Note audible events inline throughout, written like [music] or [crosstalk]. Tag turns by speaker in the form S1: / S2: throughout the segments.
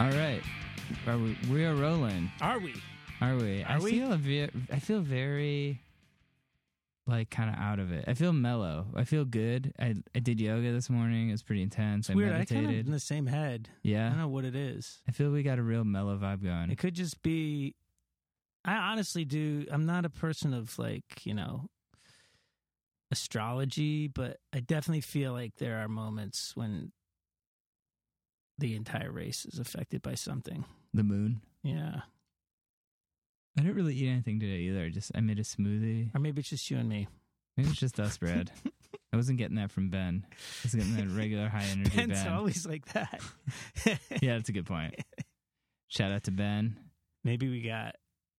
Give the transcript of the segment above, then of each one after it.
S1: All right. Are we, we are rolling.
S2: Are we?
S1: Are we?
S2: Are
S1: I
S2: we?
S1: feel a ve- I feel very like kind of out of it. I feel mellow. I feel good. I I did yoga this morning. It was pretty intense. I
S2: Weird. I kind of
S1: meditated.
S2: in the same head. I don't
S1: yeah.
S2: know what it is.
S1: I feel we got a real mellow vibe
S2: It
S1: going.
S2: could just be. I honestly do. I'm not a person of like you know astrology, but I definitely feel like there are moments when the entire race is affected by something.
S1: The moon.
S2: Yeah,
S1: I didn't really eat anything today either. Just I made a smoothie.
S2: or maybe it's just you and me.
S1: Maybe it's just
S2: [laughs]
S1: us, Brad. I wasn't getting that from Ben. I was getting that regular high energy
S2: Ben's
S1: Ben.
S2: always like that.
S1: [laughs] Yeah, that's a good point. Shout out to Ben.
S2: [laughs] Maybe we got.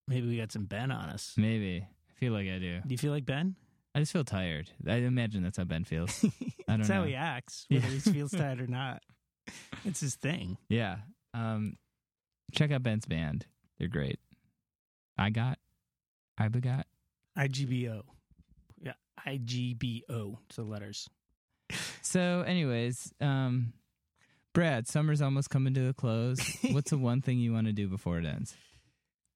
S2: Maybe we got some Ben on us.
S1: Maybe. I feel like I do.
S2: Do you feel like Ben?
S1: I just feel tired. I imagine that's how Ben feels. I don't
S2: That's
S1: know.
S2: how he acts, whether
S1: Yeah.
S2: he feels tired or not. It's his thing.
S1: Yeah. Um, check out Ben's band. They're great. I got, I begot.
S2: IGBO. Yeah, IGBO. It's the letters.
S1: So, anyways, um, Brad, summer's almost coming to a close. What's the one thing you want to do before it ends?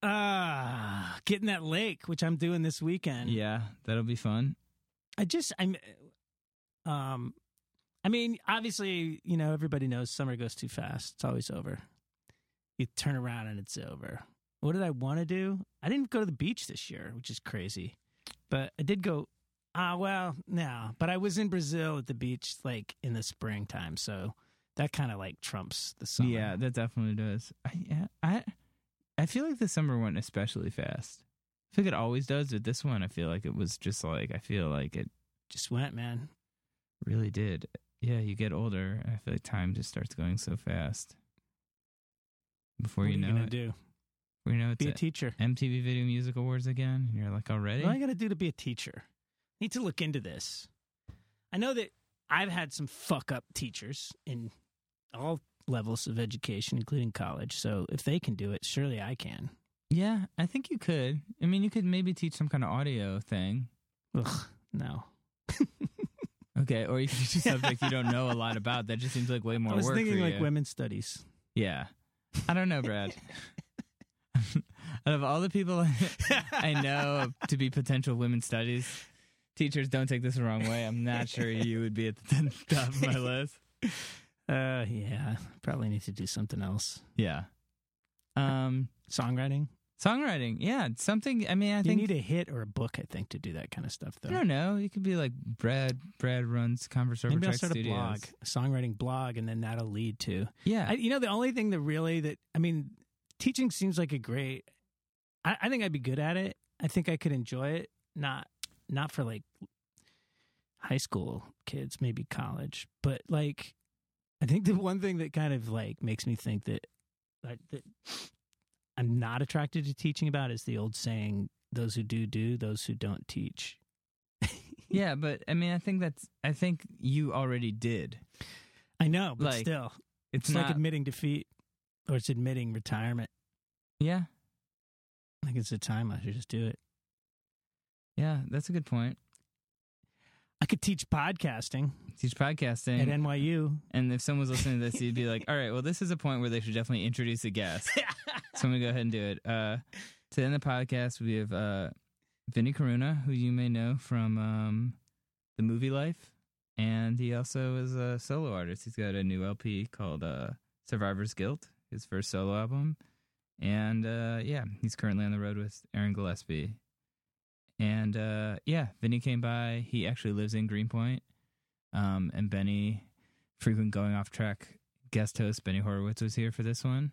S2: Ah, getting that lake, which I'm doing this weekend.
S1: Yeah, that'll be fun.
S2: I just, I'm, um, I mean, obviously, you know, everybody knows summer goes too fast. It's always over. You turn around and it's over. What did I want to do? I didn't go to the beach this year, which is crazy. But I did go. Ah, well, no. But I was in Brazil at the beach like in the springtime, so that kind of like trumps the summer.
S1: Yeah, that definitely does. I, yeah, I, I feel like the summer went especially fast. I feel like it always does, but this one, I feel like it was just like I feel like it
S2: just went, man.
S1: really did. Yeah, you get older. I feel like time just starts going so fast. Before
S2: what
S1: you
S2: are you
S1: know
S2: gonna
S1: it,
S2: do?
S1: before you know it's
S2: Be a
S1: it.
S2: teacher.
S1: MTV Video Music Awards again. And you're like, already?
S2: What do I got to do to be a teacher? need to look into this. I know that I've had some fuck up teachers in all levels of education, including college. So if they can do it, surely I can.
S1: yeah, I think you could. I mean, you could maybe teach some kind of audio thing.
S2: Ugh, no.
S1: Okay, or you could teach a subject you don't know a lot about. That just seems like way more
S2: [laughs] I was
S1: work.
S2: thinking
S1: for
S2: like
S1: you. [laughs]
S2: women's studies.
S1: Yeah. I don't know,
S2: [laughs]
S1: Brad. [laughs] Out of all the people I know to be potential women's studies teachers, don't take this the wrong way. I'm not sure you would be at the [laughs] top of
S2: [laughs]
S1: my list.
S2: Uh, yeah, probably need to do something else.
S1: Yeah. Um,
S2: Songwriting.
S1: songwriting. Yeah, it's something. I mean, I think
S2: you need a hit or a book, I think, to do that kind of stuff.
S1: I
S2: Though
S1: don't know. You could be like Brad. Brad runs Converse Over
S2: maybe I'll
S1: Track
S2: start a
S1: Studios.
S2: blog, a songwriting blog, and then that'll lead to
S1: Yeah,
S2: I, you know, the only thing that really that I mean, teaching seems like a great. I, I think I'd be good at it. I think I could enjoy it. Not not for like high school kids, maybe college, but like I think the one thing that kind of like makes me think that like, that I'm not attracted to teaching about is the old saying: "Those who do do, those who don't teach."
S1: yeah, but I mean, I think that's. I think you already did.
S2: I know, but
S1: Like,
S2: still,
S1: It's
S2: it's
S1: not.
S2: like admitting defeat, or it's admitting retirement.
S1: yeah,
S2: Like it's a time I should just do it.
S1: yeah, that's a good point.
S2: I could teach podcasting
S1: Teach podcasting, [laughs]
S2: at NYU.
S1: and if someone was listening to this, you'd
S2: [laughs]
S1: be like, "All right, well, this is a point where they should definitely introduce a guest." so I'm gonna go ahead and do it. Uh, to end the podcast, we have uh, Vinny Caruna, who you may know from um, the movie Life, and he also is a solo artist. He's got a new LP called uh, Survivor's Guilt, his first solo album, and uh, yeah, he's currently on the road with Aaron Gillespie. And uh, yeah, Vinny came by. He actually lives in Greenpoint, um, and Benny, frequent going off track guest host Benny Horowitz was here for this one.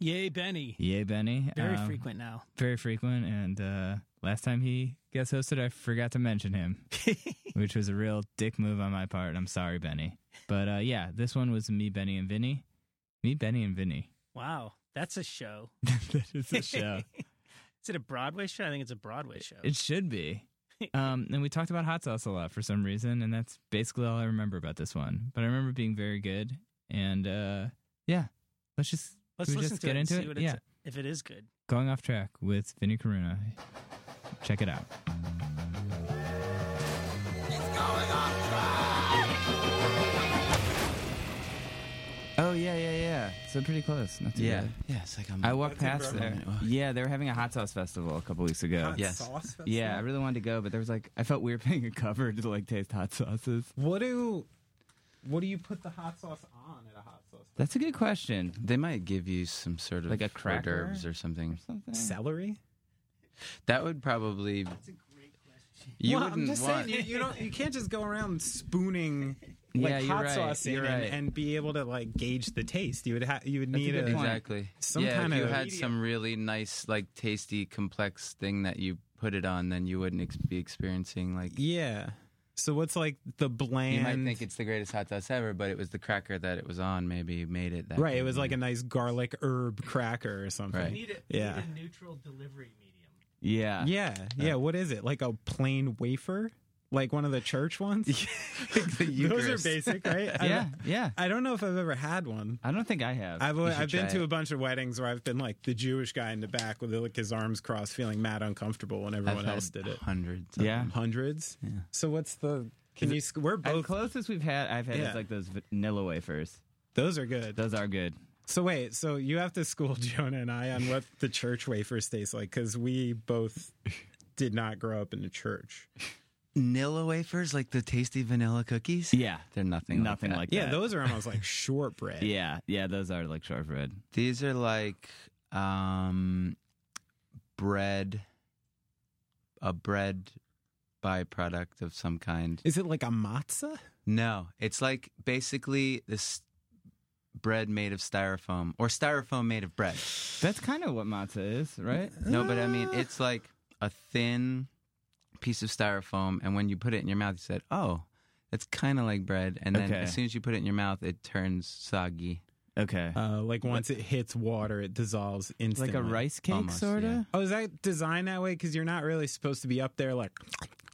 S2: Yay, Benny.
S1: Yay, Benny.
S2: Very
S1: Um,
S2: frequent now. [laughs]
S1: Very frequent. And uh, last time he guest hosted, I forgot to mention him, [laughs] which was a real dick move on my part. I'm sorry, Benny. But uh, yeah, this one was me, Benny, and Vinny. Me, Benny, and Vinny. [laughs]
S2: wow. That's a show.
S1: that is the show.
S2: [laughs] Is it a Broadway show? I think it's a Broadway show.
S1: It should be. Um, and we talked about hot sauce a lot for some reason, and that's basically all I remember about this one. But I remember it being very good. And uh, yeah, let's just
S2: Let's
S1: we
S2: listen
S1: just
S2: to
S1: get
S2: it and
S1: into
S2: see
S1: it?
S2: what it's,
S1: Yeah.
S2: if it is good.
S1: going off track with Vinny Caruna. Check it out. Oh yeah, yeah, yeah.
S3: So pretty close. Not too
S4: Yeah. um,
S3: bad.
S5: Yeah, it's like I'm.
S3: I walked
S4: That's
S3: past
S4: in
S3: there.
S5: Burbank.
S3: Yeah, they were having a hot sauce festival a couple weeks ago.
S4: Hot
S5: Yes.
S4: sauce festival?
S3: Yeah, I really wanted to go, but there was like I felt weird [laughs] paying a cover to like taste hot sauces.
S4: What do what do you put the hot sauce on at a hot sauce?
S3: That's a good question.
S5: they might give you some sort of
S3: Like a
S5: hors
S3: cracker?
S5: d'oeuvres or something.
S3: Something.
S4: Celery?
S5: That would probably. That's a great question. You
S4: well,
S5: wouldn't
S4: I'm just
S5: want.
S4: saying you, you don't you can't just go around spooning like
S3: Yeah, you're
S4: hot
S3: right,
S4: sauce in
S3: you're
S4: and,
S3: right.
S4: and be able to like gauge the taste. You would have you would
S3: That's a
S4: need
S3: good
S4: a,
S3: point.
S5: Exactly.
S4: Some
S5: yeah,
S4: kind
S5: if you
S4: of-
S5: had some really nice, like tasty, complex thing that you put it on, then you wouldn't ex- be experiencing like.
S4: yeah. So what's like the bland?
S5: You might think it's the greatest hot sauce ever, but it was the cracker that it was on. Maybe made it that.
S4: right.
S5: day,
S4: It was
S5: you
S4: like a
S5: know?
S4: nice garlic herb cracker or something.
S5: Right.
S2: Need a,
S4: Yeah.
S2: need a neutral delivery
S1: [laughs]
S2: medium.
S3: Yeah.
S4: Yeah, yeah. What is it? Like a plain wafer, like one of the church ones.
S5: [laughs] the
S4: [laughs] Those are
S5: Eucharist.
S4: basic, right? I
S3: Yeah.
S4: don't-
S3: Yeah.
S4: I don't know if I've ever had one.
S3: I don't think I have.
S4: I've
S5: should
S4: I've been
S5: try
S4: to
S5: it.
S4: a bunch of weddings where I've been like the Jewish guy in the back with like his arms crossed, feeling mad uncomfortable when
S5: I've
S4: everyone
S5: had
S4: else did it.
S5: Hundreds. of
S3: yeah.
S5: them.
S4: Hundreds. So what's the? Can you? sc- We're
S3: The
S4: both.
S3: closest we've had I've had
S4: Yeah.
S3: is like those vanilla wafers.
S4: those are good.
S3: Those are good.
S4: So wait. So you have to school [laughs] Jonah and I on what the church wafers taste like because we both did not grow up in the church.
S5: Vanilla wafers, like the tasty vanilla cookies.
S3: Yeah.
S5: They're nothing.
S3: Nothing
S5: like, that.
S3: like
S4: Yeah,
S3: that.
S4: those are almost
S1: [laughs]
S4: like shortbread.
S3: Yeah. Yeah. Those are like shortbread.
S5: These are like um, bread, a bread byproduct of some kind.
S4: Is it like a matzah?
S5: No, it's like basically this bread made of styrofoam or styrofoam made of bread.
S3: That's kind of what matzah is, right?
S5: No, but I mean, it's like a thin piece of styrofoam, and when you put it in your mouth, you said, "Oh, that's kind of like bread." And then
S3: Okay.
S5: as soon as you put it in your mouth, it turns soggy.
S3: Okay.
S4: Uh, like once it hits water, it dissolves
S3: like
S4: instantly.
S3: a rice cake,
S5: Almost,
S3: sort of.
S5: yeah.
S4: Oh, is that designed that way? Because you're not really supposed to be up there like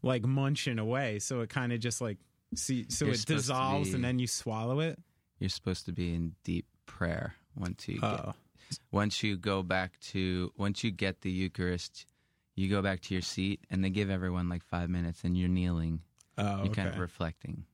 S4: like munching away. So it kind of just like see. So
S5: You're
S4: it
S5: supposed to
S4: dissolves
S5: be-
S4: and then you swallow it.
S5: You're supposed to be in deep prayer once you get
S4: Oh,
S5: once you go back to once you get the Eucharist, you go back to your seat, and they give everyone like five minutes, and you're kneeling,
S4: oh,
S5: you're
S4: okay.
S5: kind of reflecting.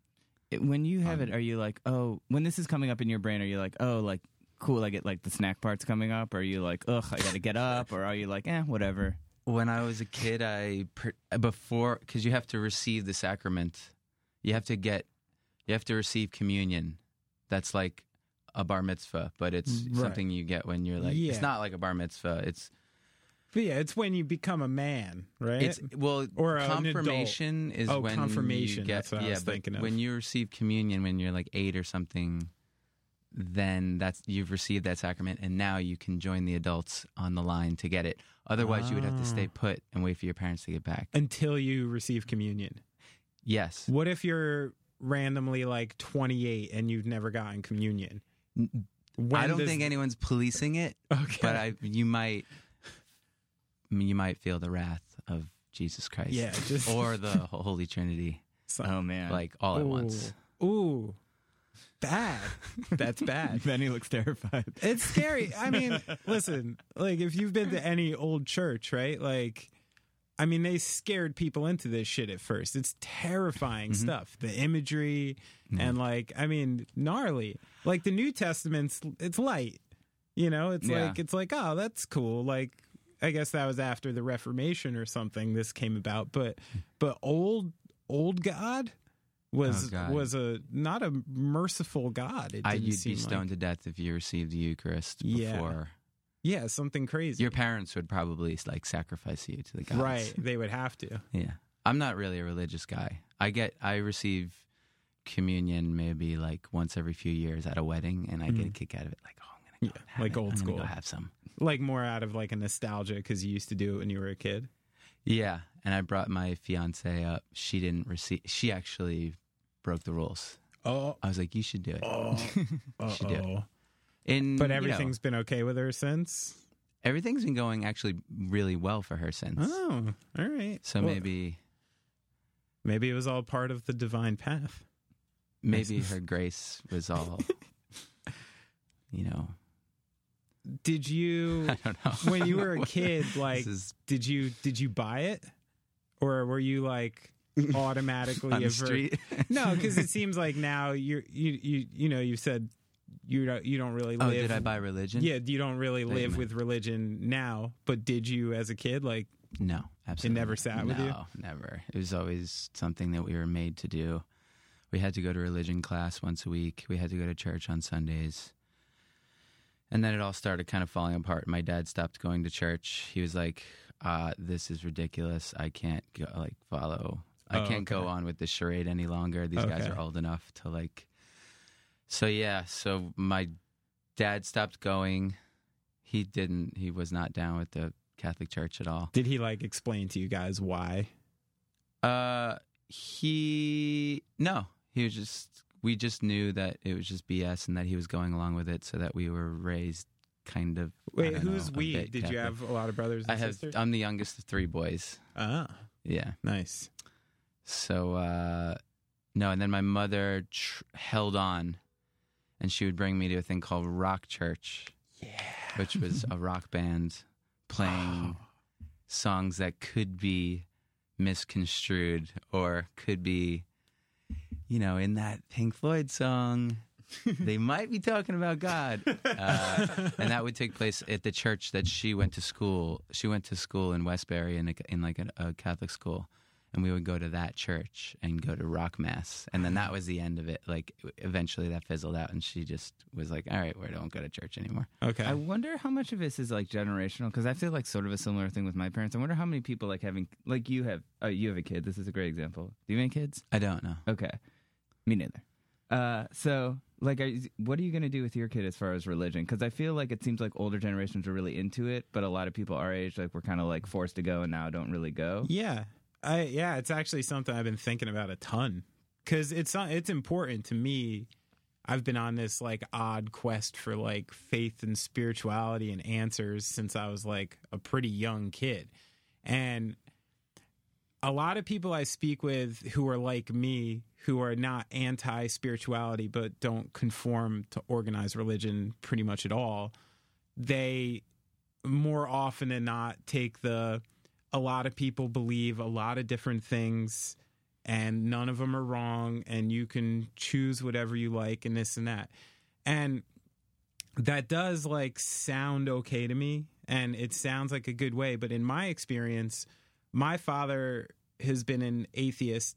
S3: It- when you have it, are you like, oh, when this is coming up in your brain, are you like, oh, like cool, I get like the snack part's coming up? Or are you like, ugh, I got to get up? Or are you like, eh, whatever?
S5: When I was a kid, I per- before because you have to receive the sacrament, you have to get, you have to receive communion. That's like a bar mitzvah, but it's
S4: Mm, Right.
S5: something you get when you're like
S4: Yeah.
S5: it's not like a bar mitzvah. It's
S4: But yeah, it's when you become a man, right?
S5: it's well
S4: Or an adult.
S5: confirmation is
S4: Oh,
S5: when
S4: confirmation,
S5: you get
S4: that's what I
S5: yeah,
S4: was
S5: but
S4: thinking of.
S5: when you receive communion when you're like eight or something then that's you've received that sacrament and now you can join the adults on the line to get it otherwise you would have to stay
S4: Ah.
S5: put and wait for your parents to get back
S4: until you receive communion.
S5: yes
S4: What if you're randomly like 28 and you've never gotten communion? When
S5: i don't
S4: does-
S5: think anyone's policing it
S4: [laughs] Okay.
S5: but i you might I mean, you might feel the wrath of jesus christ
S4: Yeah, just-
S5: or the holy trinity
S4: So-
S3: Oh, man.
S5: like all at
S4: Ooh.
S5: once
S4: Ooh, bad.
S5: [laughs]
S4: That's bad.
S3: Benny looks terrified.
S4: It's scary. I mean, listen, like if you've been to any old church, right? Like, I mean, they scared people into this shit at first. It's terrifying
S5: Mm-hmm.
S4: stuff. The imagery and like, I mean, gnarly. Like the New Testament's, it's light. You know, it's
S3: Yeah.
S4: like it's like, oh, that's cool. Like, I guess that was after the Reformation or something. This came about, but but old old God was
S5: Oh, God.
S4: was a not a merciful God. It
S5: I,
S4: didn't
S5: you'd
S4: seem
S5: be
S4: like.
S5: stoned to death if you received the Eucharist
S4: Yeah.
S5: before.
S4: Yeah, something crazy.
S5: Your parents would probably like sacrifice you to the gods.
S4: Right. They would have to.
S5: [laughs] Yeah. I'm not really a religious guy. I get I receive communion maybe like once every few years at a wedding, and I get a kick out of it. Like, oh, I'm gonna go
S4: Mm. Yeah,
S5: and have
S4: like
S5: it.
S4: old
S5: I'm gonna go
S4: school.
S5: have some.
S4: Like more out of like a nostalgia because you used to do it when you were a kid.
S5: Yeah. And I brought my fiance up. She didn't receive. She actually broke the rules.
S4: Oh,
S5: I was like, you should do it.
S4: [laughs] oh,
S5: She did. And
S4: But
S5: you know,
S4: everything's been okay with her since.
S5: everything's been going actually really well for her since.
S4: Oh, all right.
S5: So
S4: Well,
S5: maybe
S4: maybe it was all part of the divine path.
S5: maybe her grace was [laughs] all you know
S4: Did you
S5: [laughs] i don't know
S4: when
S5: [laughs]
S4: you were a kid like
S5: this is
S4: did you did you buy it or were
S5: [laughs]
S4: you like automatically
S5: on the
S4: avert-
S5: street [laughs]
S4: No, because it seems like now you're you you you know you said you don't you don't really
S5: Oh,
S4: live.
S5: did I buy religion?
S4: yeah, you don't really
S5: Wait a
S4: live
S5: minute.
S4: with religion now, but did you as a kid? Like,
S5: No, absolutely.
S4: never sat
S5: no,
S4: with you?
S5: never. It was always something that we were made to do. We had to go to religion class once a week. We had to go to church on Sundays. And then it all started kind of falling apart. My dad stopped going to church. He was like, uh, this is ridiculous. I can't go, like follow. I
S4: Oh,
S5: can't go
S4: okay.
S5: on with this charade any longer. These guys
S4: Okay.
S5: are old enough to like. So yeah, so my dad stopped going. He didn't. He was not down with the Catholic Church at all.
S4: did he like explain to you guys why?
S5: Uh, he no, he was just. We just knew that it was just BS and that he was going along with it, so that we were raised kind of. I
S4: Wait,
S5: don't
S4: who's
S5: know, a
S4: we?
S5: bit
S4: Did you
S5: Catholic.
S4: have a lot of brothers? And
S5: I have.
S4: Sisters?
S5: I'm the youngest of three boys.
S4: ah,
S5: Yeah.
S4: nice.
S5: So uh, no, and then my mother tr- held on, and she would bring me to a thing called Rock Church, yeah, which was a rock band playing songs that could be misconstrued or could be, you know, in that Pink Floyd song. they might be talking about God, uh, and that would take place at the church that she went to school. She went to school in Westbury in, a, in like a, a Catholic school, and we would go to that church and go to rock mass and then that was the end of it like eventually that fizzled out and she just was like all right we don't go to church anymore
S4: Okay.
S3: I wonder how much of this is like generational because I feel like sort of a similar thing with my parents. I wonder how many people like having like you have oh you have a kid. This is a great example. Do you have any kids?
S5: i don't know
S3: Okay, me neither. Uh, so like, are, you- what are you going to do with your kid as far as religion? Because I feel like it seems like older generations are really into it, but a lot of people our age like we're kind of like forced to go and now don't really go.
S4: Yeah, I yeah, it's actually something I've been thinking about a ton because it's it's important to me. I've been on this like odd quest for like faith and spirituality and answers since I was like a pretty young kid, and a lot of people I speak with who are like me who are not anti spirituality but don't conform to organized religion pretty much at all. They more often than not take the a lot of people believe a lot of different things and none of them are wrong and you can choose whatever you like and this and that and that does like sound okay to me and it sounds like a good way but in my experience my father has been an atheist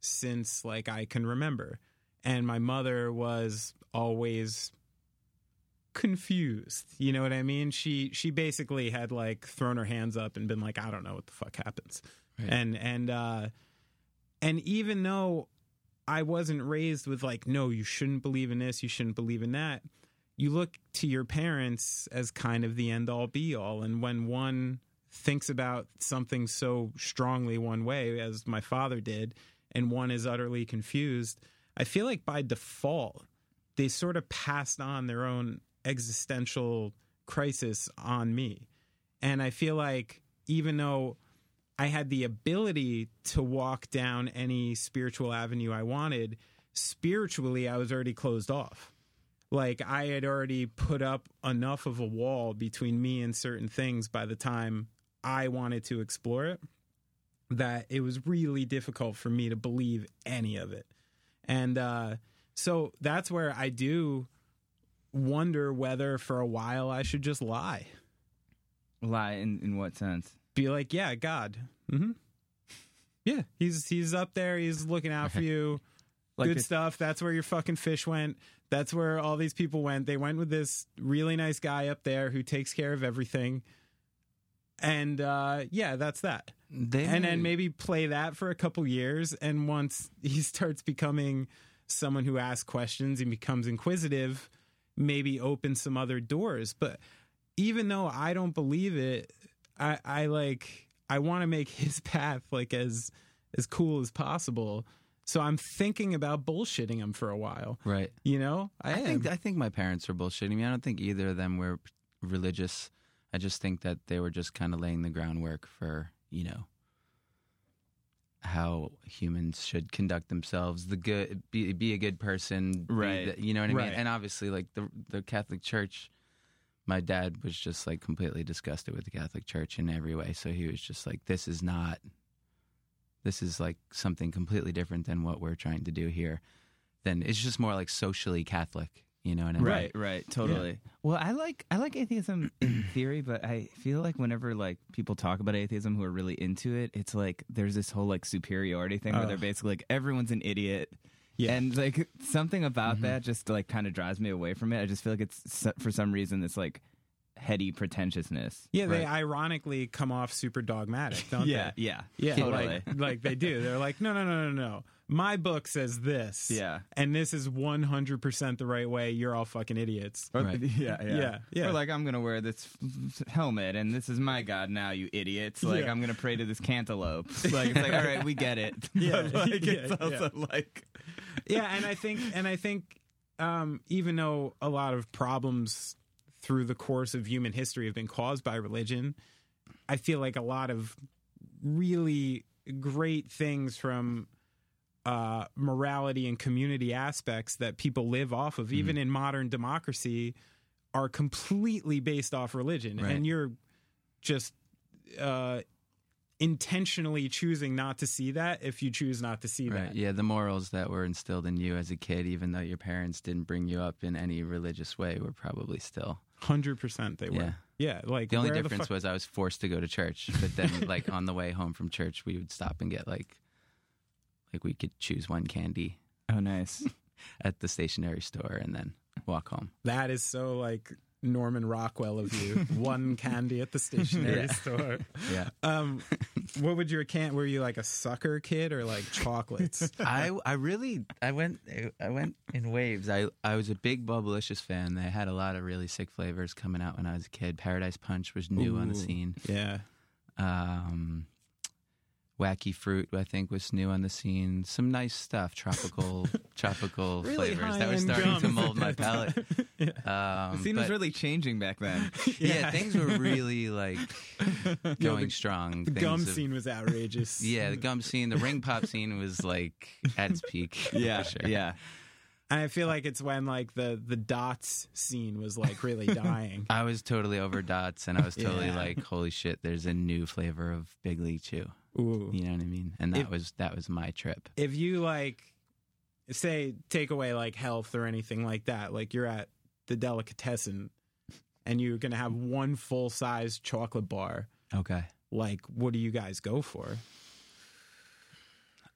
S4: since like i can remember and my mother was always confused. You know what I mean? She she basically had like thrown her hands up and been like, I don't know what the fuck happens.
S5: Right.
S4: And and uh and even though I wasn't raised with like, no, you shouldn't believe in this, you shouldn't believe in that, you look to your parents as kind of the end all be all. And when one thinks about something so strongly one way, as my father did, and one is utterly confused, I feel like by default, they sort of passed on their own existential crisis on me. And I feel like even though I had the ability to walk down any spiritual avenue I wanted, spiritually, I was already closed off. Like I had already put up enough of a wall between me and certain things by the time I wanted to explore it that it was really difficult for me to believe any of it. And uh, so that's where I do wonder whether for a while I should just lie.
S3: Lie in in what sense?
S4: Be like, yeah, God. hmm Yeah, he's he's up there. He's looking out for you.
S3: Like
S4: Good
S3: it's-
S4: stuff. That's where your fucking fish went. That's where all these people went. They went with this really nice guy up there who takes care of everything. And uh, yeah, that's that.
S5: they
S4: and then maybe play that for a couple years and once he [laughs] starts becoming someone who asks questions and becomes inquisitive maybe open some other doors but even though i don't believe it i i like i want to make [laughs] his path like as as cool as possible so i'm thinking about bullshitting him for a while
S5: right
S4: you know
S5: I, think
S4: am.
S5: I think my parents were bullshitting me. I don't think either of them were religious. I just think that they were just kind of laying the groundwork for you know how humans should conduct themselves. The good, be, be a good person, be
S3: Right.
S5: the- you know what I
S4: Right.
S5: mean. And obviously, like the the Catholic Church, my dad was just like completely disgusted with the Catholic Church in every way. So he was just like, "This is not." This is like something completely different than what we're trying to do here then it's just more like socially Catholic You know what I mean?
S4: Right.
S1: Right, right, totally. Well, I like I like [clears throat] atheism in theory, but I feel like whenever like people talk about atheism who are really into it, it's like there's this whole like superiority thing where they're
S4: Ugh.
S1: basically like everyone's an idiot.
S4: Yeah.
S1: And like something about that just like kind of drives me away from it. I just feel like it's so- for some reason it's like heady pretentiousness.
S4: Yeah, they ironically come off super dogmatic,
S5: [laughs]
S4: don't
S1: yeah,
S4: they?
S1: yeah,
S4: Yeah,
S1: totally. [laughs]
S4: like like they do. They're like, no, no, no, no, no. My book says this.
S1: Yeah.
S4: and this is one hundred percent the right way. You're all fucking idiots.
S1: Or- [laughs]
S5: Right.
S1: yeah, yeah,
S4: Yeah, yeah.
S1: Or like I'm gonna wear this f- f- helmet, and this is my god now, you idiots! Like
S4: Yeah.
S1: I'm gonna pray to this cantaloupe. Like it's like, all right, we get it.
S4: Yeah,
S1: [laughs] But, like
S4: yeah,
S1: it's
S4: yeah.
S1: also like
S4: yeah and i think and i think um even though a lot of problems through the course of human history have been caused by religion i feel like a lot of really great things from uh morality and community aspects that people live off of even
S5: Mm-hmm.
S4: in modern democracy are completely based off religion
S5: Right.
S4: and you're just uh intentionally choosing not to see that if you choose not to see
S5: Right.
S4: that
S5: Yeah, the morals that were instilled in you as a kid, even though your parents didn't bring you up in any religious way, were probably still.
S4: Hundred percent, they were.
S5: Yeah.
S4: Yeah, like
S5: The only
S4: where
S5: difference
S4: fuck-
S5: was I was forced to go to church, but
S4: [laughs]
S5: then like on the way home from church, we would stop and get like, like we could choose one candy
S1: oh nice.
S5: at the stationery store and then walk home.
S4: that is so like Norman Rockwell of
S5: [laughs]
S4: you. One candy at the stationery
S5: Yeah.
S4: store.
S5: Yeah.
S4: Um, what would your can? Were you like a sucker kid or like
S5: [laughs]
S4: chocolates?
S5: I I really I went I went in waves. I I was a big Bubblicious fan. They had a lot of really sick flavors coming out when I was a kid. Paradise Punch was new on the
S4: Ooh.
S5: scene.
S4: yeah,
S5: [laughs] Um, Wacky Fruit I think was new on the scene. Some nice stuff,
S4: [laughs]
S5: tropical tropical
S4: Really
S5: flavors that were
S4: high-end
S5: starting to
S4: gums
S5: mold my
S4: [laughs]
S5: palate. Um,
S1: The scene was
S5: but-
S1: really changing back then.
S5: yeah, things
S4: [laughs]
S5: were really like going
S4: the-
S5: strong.
S4: the
S5: Things
S4: gum
S5: of-
S4: scene was outrageous.
S5: [laughs] Yeah, the gum scene, the ring pop scene was like at its
S4: [laughs]
S1: [laughs]
S5: peak.
S1: yeah,
S5: for sure.
S1: yeah.
S4: and I feel like it's when like the the dots scene was like
S5: [laughs]
S4: really dying.
S5: I was totally over dots, and I was totally
S4: Yeah.
S5: like, "Holy shit! There's a new flavor of Big League Chew."
S4: Ooh,
S5: You know what I mean? And that
S4: If-
S5: was that was my trip.
S4: if you like say take away like health or anything like that like you're at the delicatessen and you're gonna have one full size chocolate bar
S5: Okay,
S4: like what do you guys go for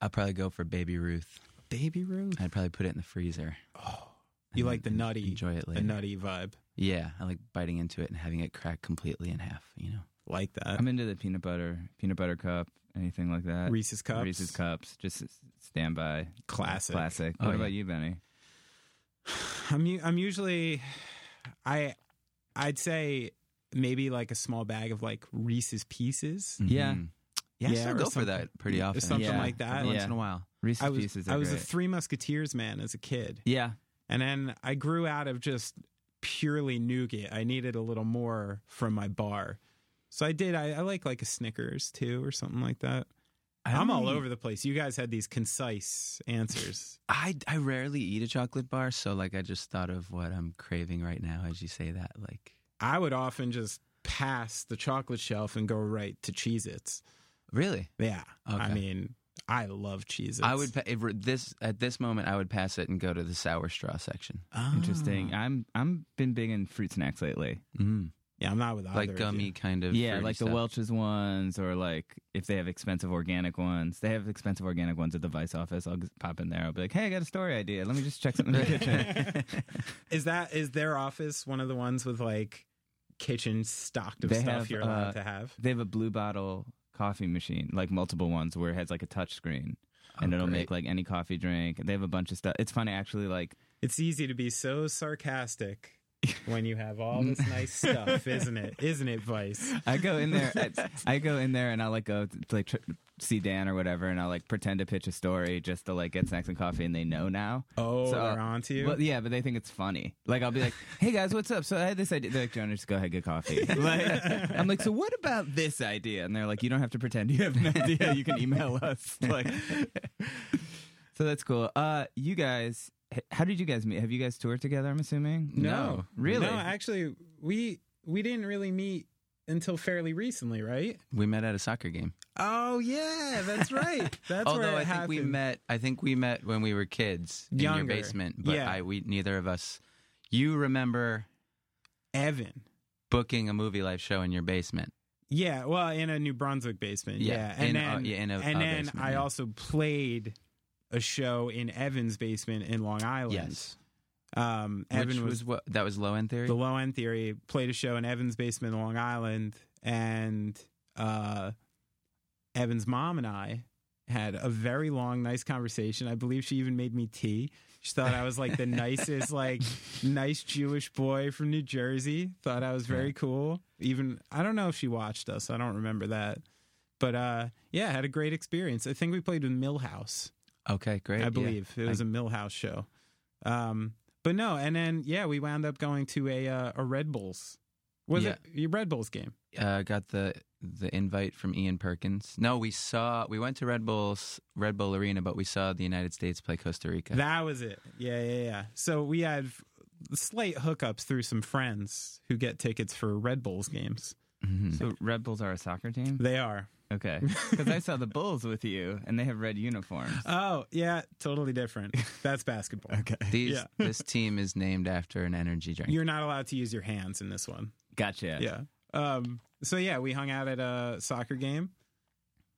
S5: I'll probably go for Baby Ruth.
S4: baby ruth
S5: I'd probably put it in the freezer.
S4: oh
S5: and
S4: you like the
S5: en-
S4: nutty
S5: Enjoy it
S4: the
S5: later.
S4: nutty vibe
S5: Yeah, I like biting into it and having it crack completely in half. You know,
S4: like that
S1: I'm into the peanut butter, peanut butter cup, anything like that.
S4: reese's cups
S1: Reese's cups, just s- stand by.
S4: classic
S1: Classic.
S5: Oh,
S1: what
S5: yeah.
S1: about you, Benny?
S4: i'm u- i'm usually i i'd say maybe like a small bag of like reese's pieces
S1: Yeah.
S5: Mhm. yeah, I
S4: Yeah,
S5: still
S4: or
S5: go for
S4: something-
S5: that pretty often.
S4: something
S1: Yeah.
S4: like that
S5: Every once
S1: Yeah.
S5: in a while.
S1: Reese's
S4: i was
S1: Pieces. Are
S4: i was
S1: great.
S4: a three musketeers man as a kid
S1: yeah,
S4: And then I grew out of just purely nougat. I needed a little more from my bar. So I did. I, I like like a Snickers too, or something like that.
S5: don't
S4: I'm all
S5: really-
S4: over the place. You guys had these concise answers.
S5: I I rarely eat a chocolate bar, so like I just thought of what I'm craving right now as you say that. Like,
S4: I would often just pass the chocolate shelf and go right to Cheez Its.
S5: really?
S4: Yeah. I
S5: Okay.
S4: mean, I love Cheez Its.
S5: I would pa- if we're- this at this moment. I would pass it and go to the sour straw section.
S4: Ah.
S1: interesting. I'm I'm been big in fruit snacks lately.
S5: Mm.
S4: Yeah, I'm not with either.
S5: Like
S4: of
S5: gummy
S4: you.
S5: kind of.
S1: Mm-hmm. yeah,
S5: fruity
S1: like the
S5: stuff.
S1: Welch's ones, or like if they have expensive organic ones. They have expensive organic ones at the Vice office. I'll just pop in there. I'll be like, hey, I got a story idea. Let me just check something in the kitchen.
S5: [laughs]
S1: [laughs]
S4: Is that is their office one of the ones with like kitchen stocked of
S1: They
S4: stuff
S1: have,
S4: you're
S1: uh,
S4: allowed to have?
S1: They have a blue bottle coffee machine, like multiple ones, where it has like a touch screen. And
S5: Oh,
S1: it'll
S5: great.
S1: make like any coffee drink. They have a bunch of stuff. It's funny actually. Like
S4: It's easy to be so sarcastic when you have all this nice stuff, isn't it? Isn't it, Vice?
S1: I go in there,
S5: [laughs]
S1: I, I go in there, and I will like go to, like tr- see Dan or whatever, and I will like pretend to pitch a story just to like get snacks and coffee, and they know now.
S4: Oh,
S1: So,
S4: they're on to you.
S1: Well, yeah, but they think it's funny. Like I'll be like, [laughs] "Hey guys, what's up?" So I had this idea. They're like, "Jonah, just go ahead, get coffee." Like, I'm
S4: [laughs]
S1: like, "So what about this idea?" And they're like, "You don't have to pretend you have an idea. You can email us." Like, [laughs] so that's cool. Uh, you guys, h- how did you guys meet? Have you guys toured together? I'm assuming.
S5: No.
S1: really.
S4: No, actually, we we didn't really meet until fairly recently, right?
S5: we met at a soccer game.
S4: Oh yeah, that's right. [laughs] That's
S5: Although
S4: where it
S5: I think
S4: happened.
S5: we met. I think we met when we were kids in
S4: Younger.
S5: your basement. But
S4: Yeah.
S5: I we neither of us. You remember
S4: Evan.
S5: booking a movie live show in your basement.
S4: Yeah, well, in a New Brunswick basement. Yeah,
S5: Yeah, in
S4: and
S5: a-
S4: then
S5: yeah, in a-
S4: and
S5: a
S4: then
S5: basement,
S4: I
S5: yeah.
S4: also played a show in Evan's basement in Long Island.
S5: Yes.
S4: um,
S5: Which
S4: Evan
S5: was,
S4: was,
S5: what that was low end theory.
S4: the Low End Theory. Played a show in Evan's basement in Long Island, and uh, Evan's mom and I had a very long, nice conversation. I believe she even made me tea. She thought I was like the nicest, like nice Jewish boy from New Jersey. Thought I was very cool. Even I don't know if she watched us. I don't remember that. But uh, yeah, had a great experience. I think we played with Millhouse.
S5: [laughs] okay, great.
S4: I
S5: yeah.
S4: believe it was a Millhouse show. Um, but no, and then yeah, we wound up going to a uh, a Red Bulls. Was it your Red Bulls game?
S5: uh, got the the invite from Ian Perkins. No, we saw we went to Red Bull's Red Bull Arena, but we saw the United States play Costa Rica.
S4: That was it. Yeah, yeah, yeah. So we had slight hookups through some friends who get tickets for Red Bulls games.
S5: [laughs]
S1: Mm.
S5: Mhm.
S3: So Red Bulls are a
S4: [laughs]
S3: soccer team?
S4: They are.
S3: Okay. Because I saw the Bulls with you and they have red uniforms.
S4: Oh yeah, totally different. That's basketball. [laughs] okay.
S5: These,
S4: Yeah.
S5: this team is named after an energy drink.
S4: You're not allowed to use your hands in this one.
S3: Gotcha.
S4: Yeah. Um, so yeah, we hung out at a soccer game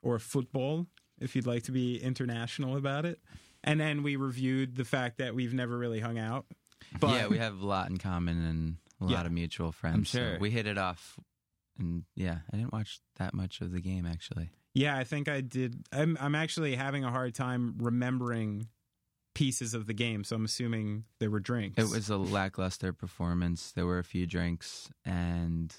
S4: or football, if you'd like to be international about it. And then we reviewed the fact that we've never really hung out. But
S5: yeah, we have a lot in common and a lot
S4: Yeah.
S5: of mutual friends. so
S3: sure.
S5: we hit it off. And yeah, I didn't watch that much of the game actually.
S4: yeah, I think I did. I'm, I'm actually having a hard time remembering pieces of the game, so I'm assuming there were drinks.
S5: It was a lackluster performance. There were a few drinks, and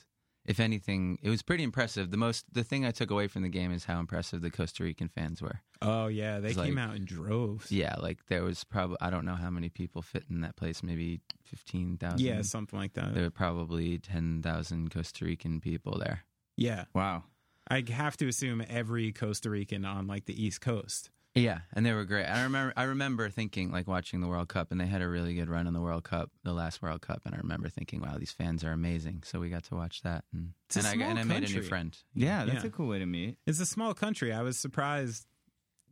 S5: if anything, it was pretty impressive. The most, the thing I took away from the game is how impressive the Costa Rican fans were.
S4: Oh yeah, they
S5: It's
S4: came
S5: like-
S4: out in droves.
S5: Yeah, like there was probably I don't know how many people fit in that place, maybe fifteen thousand.
S4: Yeah, something like that.
S5: there were probably ten thousand Costa Rican people there.
S4: Yeah,
S3: Wow.
S4: I have to assume every Costa Rican on like the East Coast.
S5: Yeah, and they were great. I remember I remember thinking like watching the World Cup, and they had a really good run in the World Cup, the last World Cup, and I remember thinking, wow, these fans are amazing. So we got to watch that, and
S4: It's a
S5: and, I,
S4: small
S5: and I made a new
S4: country.
S5: friend.
S3: Yeah, that's
S4: Yeah.
S3: a cool way to meet.
S4: It's a small country. I was surprised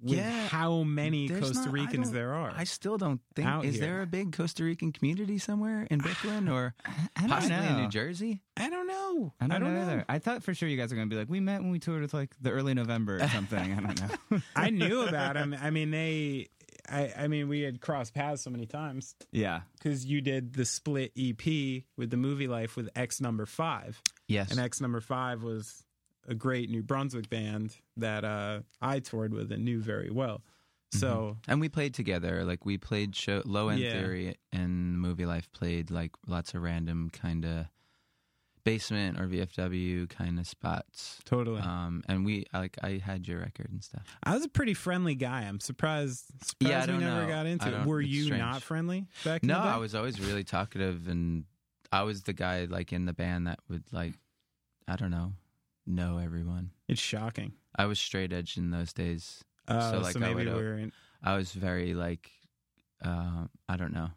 S4: with
S5: Yeah,
S4: how many
S5: there's
S4: Costa
S5: not- I
S4: Ricans
S5: don't-
S4: there are.
S5: I still don't think
S4: Out
S5: is
S4: here.
S5: there a big Costa Rican community somewhere in Brooklyn or
S4: [sighs]
S3: don't
S5: possibly in
S3: know.
S5: New Jersey?
S4: I don't know.
S3: I don't, know either. I thought for sure you guys were going to be like, we met when we toured with like the early November or something. I don't
S1: [laughs]
S3: know. [laughs]
S4: I knew about them. I mean, they. I, I mean, we had crossed paths so many times
S3: yeah.
S4: because you did the split EP with the movie life with X number five,
S5: Yes,
S4: and X number five was a great New Brunswick band that uh, I toured with and knew very well.
S5: Mm-hmm.
S4: So
S5: And we played together. Like we played show Low End
S4: Yeah.
S5: Theory and Movie Life played like lots of random kind of basement or VFW kind of spots.
S4: totally,
S5: Um, and we like I had your record and stuff.
S4: uh, I was a pretty friendly guy. I'm surprised. surprised
S5: Yeah, I don't
S4: we never
S5: know.
S4: got
S5: I
S4: into. it.
S5: don't-
S4: Were
S5: it's
S4: you
S5: strange.
S4: not friendly back?
S5: No,
S4: in the day?
S5: I was always really talkative, and I was the guy like in the band that would like I don't know know everyone.
S4: It's shocking.
S5: I was straight edge in those days.
S4: Uh, so,
S5: So, like, I
S4: maybe
S5: would, uh,
S4: we're in.
S5: I was very like, uh, I don't know.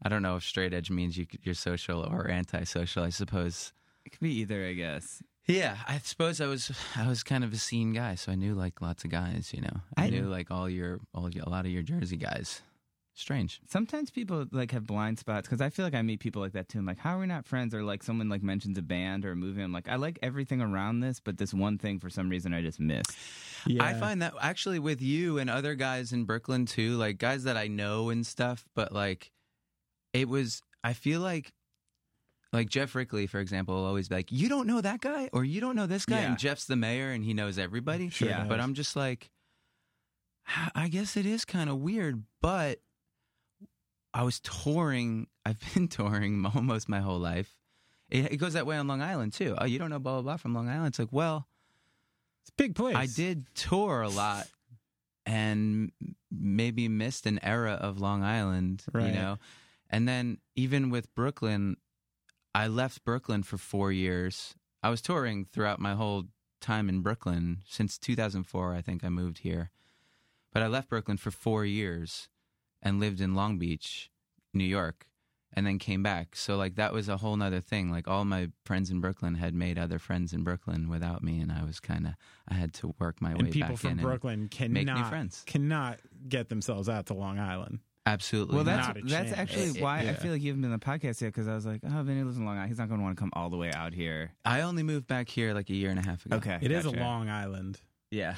S5: I don't know if straight edge means you, you're social or antisocial. I suppose.
S3: It could be either, I guess.
S5: Yeah, I suppose I was I was kind of a scene guy, so I knew like lots of guys. You know, I,
S3: I-
S5: knew like all your all your, a lot of your Jersey guys. Strange.
S3: Sometimes people like have blind spots because I feel like I meet people like that too. I'm like, how are we not friends? Or like someone like mentions a band or a movie. I'm like, I like everything around this, but this one thing for some reason I just missed.
S4: Yeah.
S5: I find that actually with you and other guys in Brooklyn too, like guys that I know and stuff, but like it was I feel like like Jeff Rickley, for example, will always be like, You don't know that guy or you don't know this guy
S3: Yeah.
S5: and Jeff's the mayor and he knows everybody.
S4: Sure
S3: Yeah.
S5: But
S4: does.
S5: I'm just like "H- I guess it is kind of weird, but I was touring I've been [laughs] touring almost my whole life. It, it goes that way on Long Island too. Oh, you don't know blah blah blah from Long Island. It's like, well,
S4: it's a big place.
S5: I did tour a lot and m- maybe missed an era of Long Island, you
S4: Right.
S5: know. And then even with Brooklyn, I left Brooklyn for 4 years. I was touring throughout my whole time in Brooklyn since 2004 I think I moved here. But I left Brooklyn for 4 years and lived in Long Beach, New York. And then came back. So, like, that was a whole nother thing. Like, all my friends in Brooklyn had made other friends in Brooklyn without me. And I was kind of, I had to work my way
S4: And people
S5: back
S4: from
S5: in. and-
S4: Brooklyn
S5: make new
S4: cannot
S5: friends.
S4: cannot get themselves out to Long Island.
S5: Absolutely.
S1: Well,
S5: not.
S1: that's
S4: Not a
S1: that's
S4: chance.
S1: actually
S5: It-
S1: why I
S4: yeah.
S1: feel like you haven't been on the podcast yet because I was like, oh, Vinny lives in Long Island. He's not going to want to come all the way out here.
S5: I only moved back here like a year and a half ago. [laughs]
S1: Okay,
S4: It is
S1: gotcha.
S4: a Long Island.
S1: [laughs] Yeah,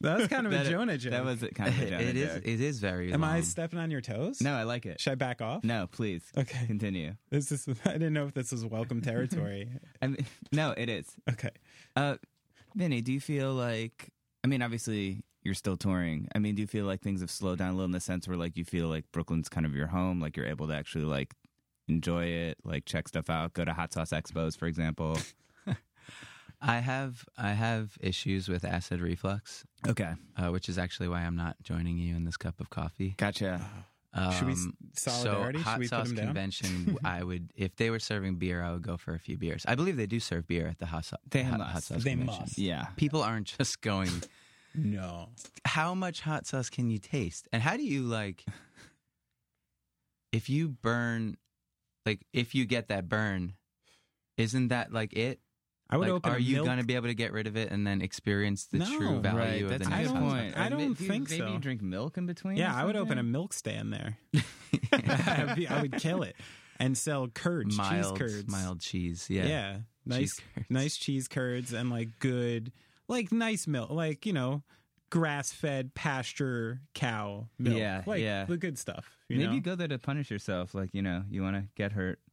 S4: That was kind of
S1: That-
S4: a Jonah joke.
S1: that was kind [laughs] of a Jonah
S5: it is.
S1: joke.
S5: It is very.
S4: Am
S5: long.
S4: I stepping on your toes?
S1: No, I like it.
S4: Should I back off?
S1: No, please
S4: Okay.
S1: continue.
S4: This is. [laughs] I didn't know if this was
S5: [laughs]
S4: welcome territory.
S1: I
S3: [laughs]
S1: mean, no, it is.
S4: okay.
S1: Uh, Vinny, do you feel like? I mean, obviously you're still touring. I mean, do you feel like things have slowed down a little in the sense where like you feel like Brooklyn's kind of your home, like you're able to actually like enjoy it, like check stuff out, go to hot sauce expos, for example.
S5: I have. I have issues with acid reflux,
S1: okay,
S5: uh, which is actually why I'm not joining you in this cup of coffee.
S1: gotcha.
S5: Um,
S4: Should we s- solidarity?
S5: So
S4: Should
S5: hot
S4: we put
S5: sauce
S4: him down? [laughs]
S5: convention. I would, if they were serving beer, I would go for a few beers. I believe they do serve beer at the hot, sauce.
S1: They
S5: hot,
S1: must.
S5: hot sauce
S4: They
S5: convention.
S4: must.
S1: Yeah.
S5: People aren't just going.
S4: No.
S5: How much hot sauce can you taste? And how do you like? If you burn, like if you get that burn, isn't that like it?
S4: I would
S5: Like,
S4: open.
S5: are
S4: a
S5: you
S4: milk-
S5: going to be able to get rid of it and then experience the
S4: No,
S5: true value
S1: Right,
S5: of
S1: that's
S5: the
S1: a
S5: next
S1: good
S4: I don't-
S5: hot
S1: point.
S4: I don't
S1: Maybe-
S4: think
S1: maybe
S4: so.
S1: you drink milk in between. or
S4: Yeah, I would
S1: something?
S4: open a milk
S5: [laughs]
S4: stand there. [laughs]
S5: sauce?
S4: I, would be, I would kill it and sell curds,
S5: mild,
S4: cheese curds,
S5: mild cheese.
S4: Yeah,
S5: Yeah,
S4: nice,
S5: Cheese curds.
S4: nice cheese curds and like good, like nice milk, like you know, grass-fed pasture cow milk.
S1: Yeah,
S4: like
S1: yeah.
S4: the good stuff. You
S1: Maybe
S4: know?
S1: you go there to punish yourself, like you know, you want to get hurt.
S5: [laughs]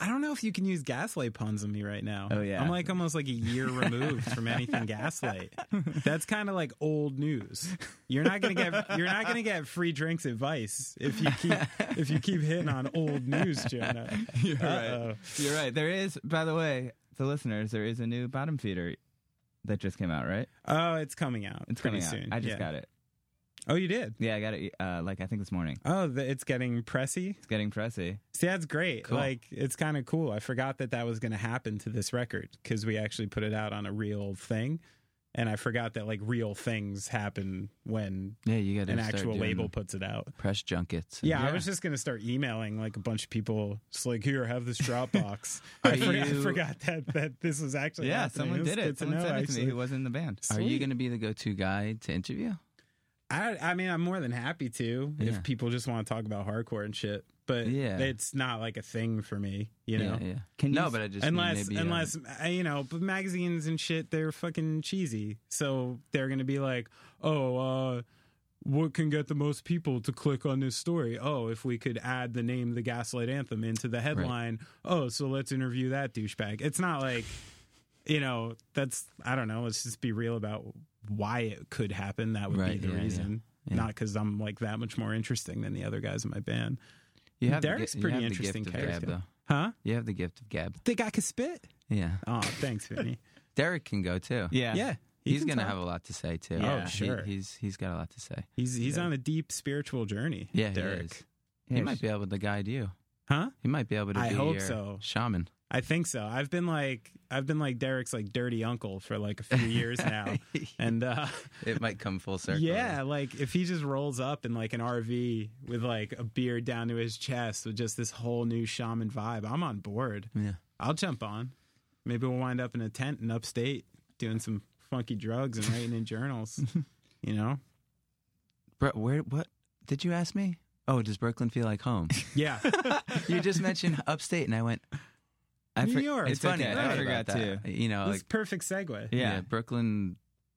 S4: I don't know if you can use gaslight puns on me right now.
S1: Oh, yeah.
S4: I'm like almost like a year removed from
S1: [laughs]
S4: anything gaslight. That's kind of like old news. You're not gonna get you're not gonna get free drinks at Vice if you keep if you keep hitting on old news,
S1: [laughs]
S4: Jonah. You're
S1: right. You're right. There is, by the way, the listeners, there is a new bottom feeder that just came out, right?
S4: Oh, it's coming out.
S1: It's
S4: pretty
S1: coming out.
S4: soon.
S1: I just
S4: Yeah.
S1: got it.
S4: Oh, you did.
S1: Yeah, I got it. Uh, like I think this morning.
S4: Oh, the, it's getting pressy.
S1: It's getting pressy.
S4: See, that's great.
S5: Cool.
S4: Like, it's kind of cool. I forgot that that was going to happen to this record because we actually put it out on a real thing, and I forgot that like real things happen when
S5: yeah. You got to
S4: an actual label puts it out.
S5: press junkets.
S4: Yeah, I was just gonna start emailing like a bunch of people. It's like, here, have
S1: [laughs]
S4: this Dropbox. I, for- I
S5: you-
S4: [laughs] forgot that that this was actually
S1: yeah,
S4: happening.
S1: someone
S4: was
S1: did
S4: good
S1: it.
S4: to
S1: Someone
S4: know,
S1: sent it to me
S4: actually.
S1: who was in the band.
S5: Are you
S4: Sweet.
S5: going to be the go-to guy to interview?
S4: I, I mean, I'm more than happy to
S5: Yeah.
S4: if people just want to talk about hardcore and shit. But
S5: Yeah.
S4: it's not like a thing for me, you know.
S5: yeah, yeah.
S1: Can
S5: no,
S1: you-
S5: but I just mean
S4: unless
S5: maybe, uh,
S4: unless uh, you know but magazines and shit they're fucking cheesy so they're gonna be like oh uh what can get the most people to click on this story oh if we could add the name the gaslight anthem into the headline oh so let's interview that douchebag it's not like you know that's i don't know let's just be real about why it could happen that would
S5: Right,
S4: be the
S5: yeah, yeah,
S4: reason
S5: yeah.
S4: not because i'm like that much more interesting than the other guys in my band
S5: you have
S4: Derek's
S5: the, gi-
S4: pretty
S5: you have
S4: interesting
S5: the gift
S4: character.
S5: Of gab, though.
S4: huh
S5: You have the gift of gab.
S4: think i could spit
S5: Yeah,
S4: oh thanks
S5: [laughs]
S4: Vinny.
S5: Derek can go too.
S1: Yeah.
S4: yeah he
S5: he's
S4: can
S5: going to
S4: talk.
S5: have a lot to say too.
S4: Yeah. Oh,
S5: He-
S4: sure.
S5: he's he's got a lot to say.
S4: He's he's on a deep spiritual journey.
S5: Yeah, he
S4: Derek.
S5: is. He might be able to guide you.
S4: Huh?
S5: He might be able to.
S4: I
S5: be
S4: hope
S5: your
S4: so.
S5: Shaman.
S4: I think so. I've been like I've been like Derek's like dirty uncle for like
S5: [laughs]
S4: a few years now. and uh
S5: It might come
S4: [laughs]
S5: full circle.
S4: yeah, like if he just rolls up in like an RV with like a beard down to his chest with just this whole new shaman vibe, I'm on board.
S5: Yeah.
S4: I'll jump on. Maybe we'll wind up in a tent in upstate doing some funky drugs and writing in journals.
S5: [laughs]
S4: You know?
S5: Bro, where? What did you ask me? Oh, does Brooklyn feel like home? [laughs]
S4: Yeah.
S5: you
S4: [laughs]
S5: just mentioned upstate, and I went. I
S4: New York.
S5: It's,
S4: It's
S5: funny.
S1: okay.
S5: I,
S1: I
S5: forgot
S1: forgot
S5: that. You know,
S4: this
S5: like
S4: is perfect segue.
S5: yeah.
S1: yeah.
S5: Brooklyn.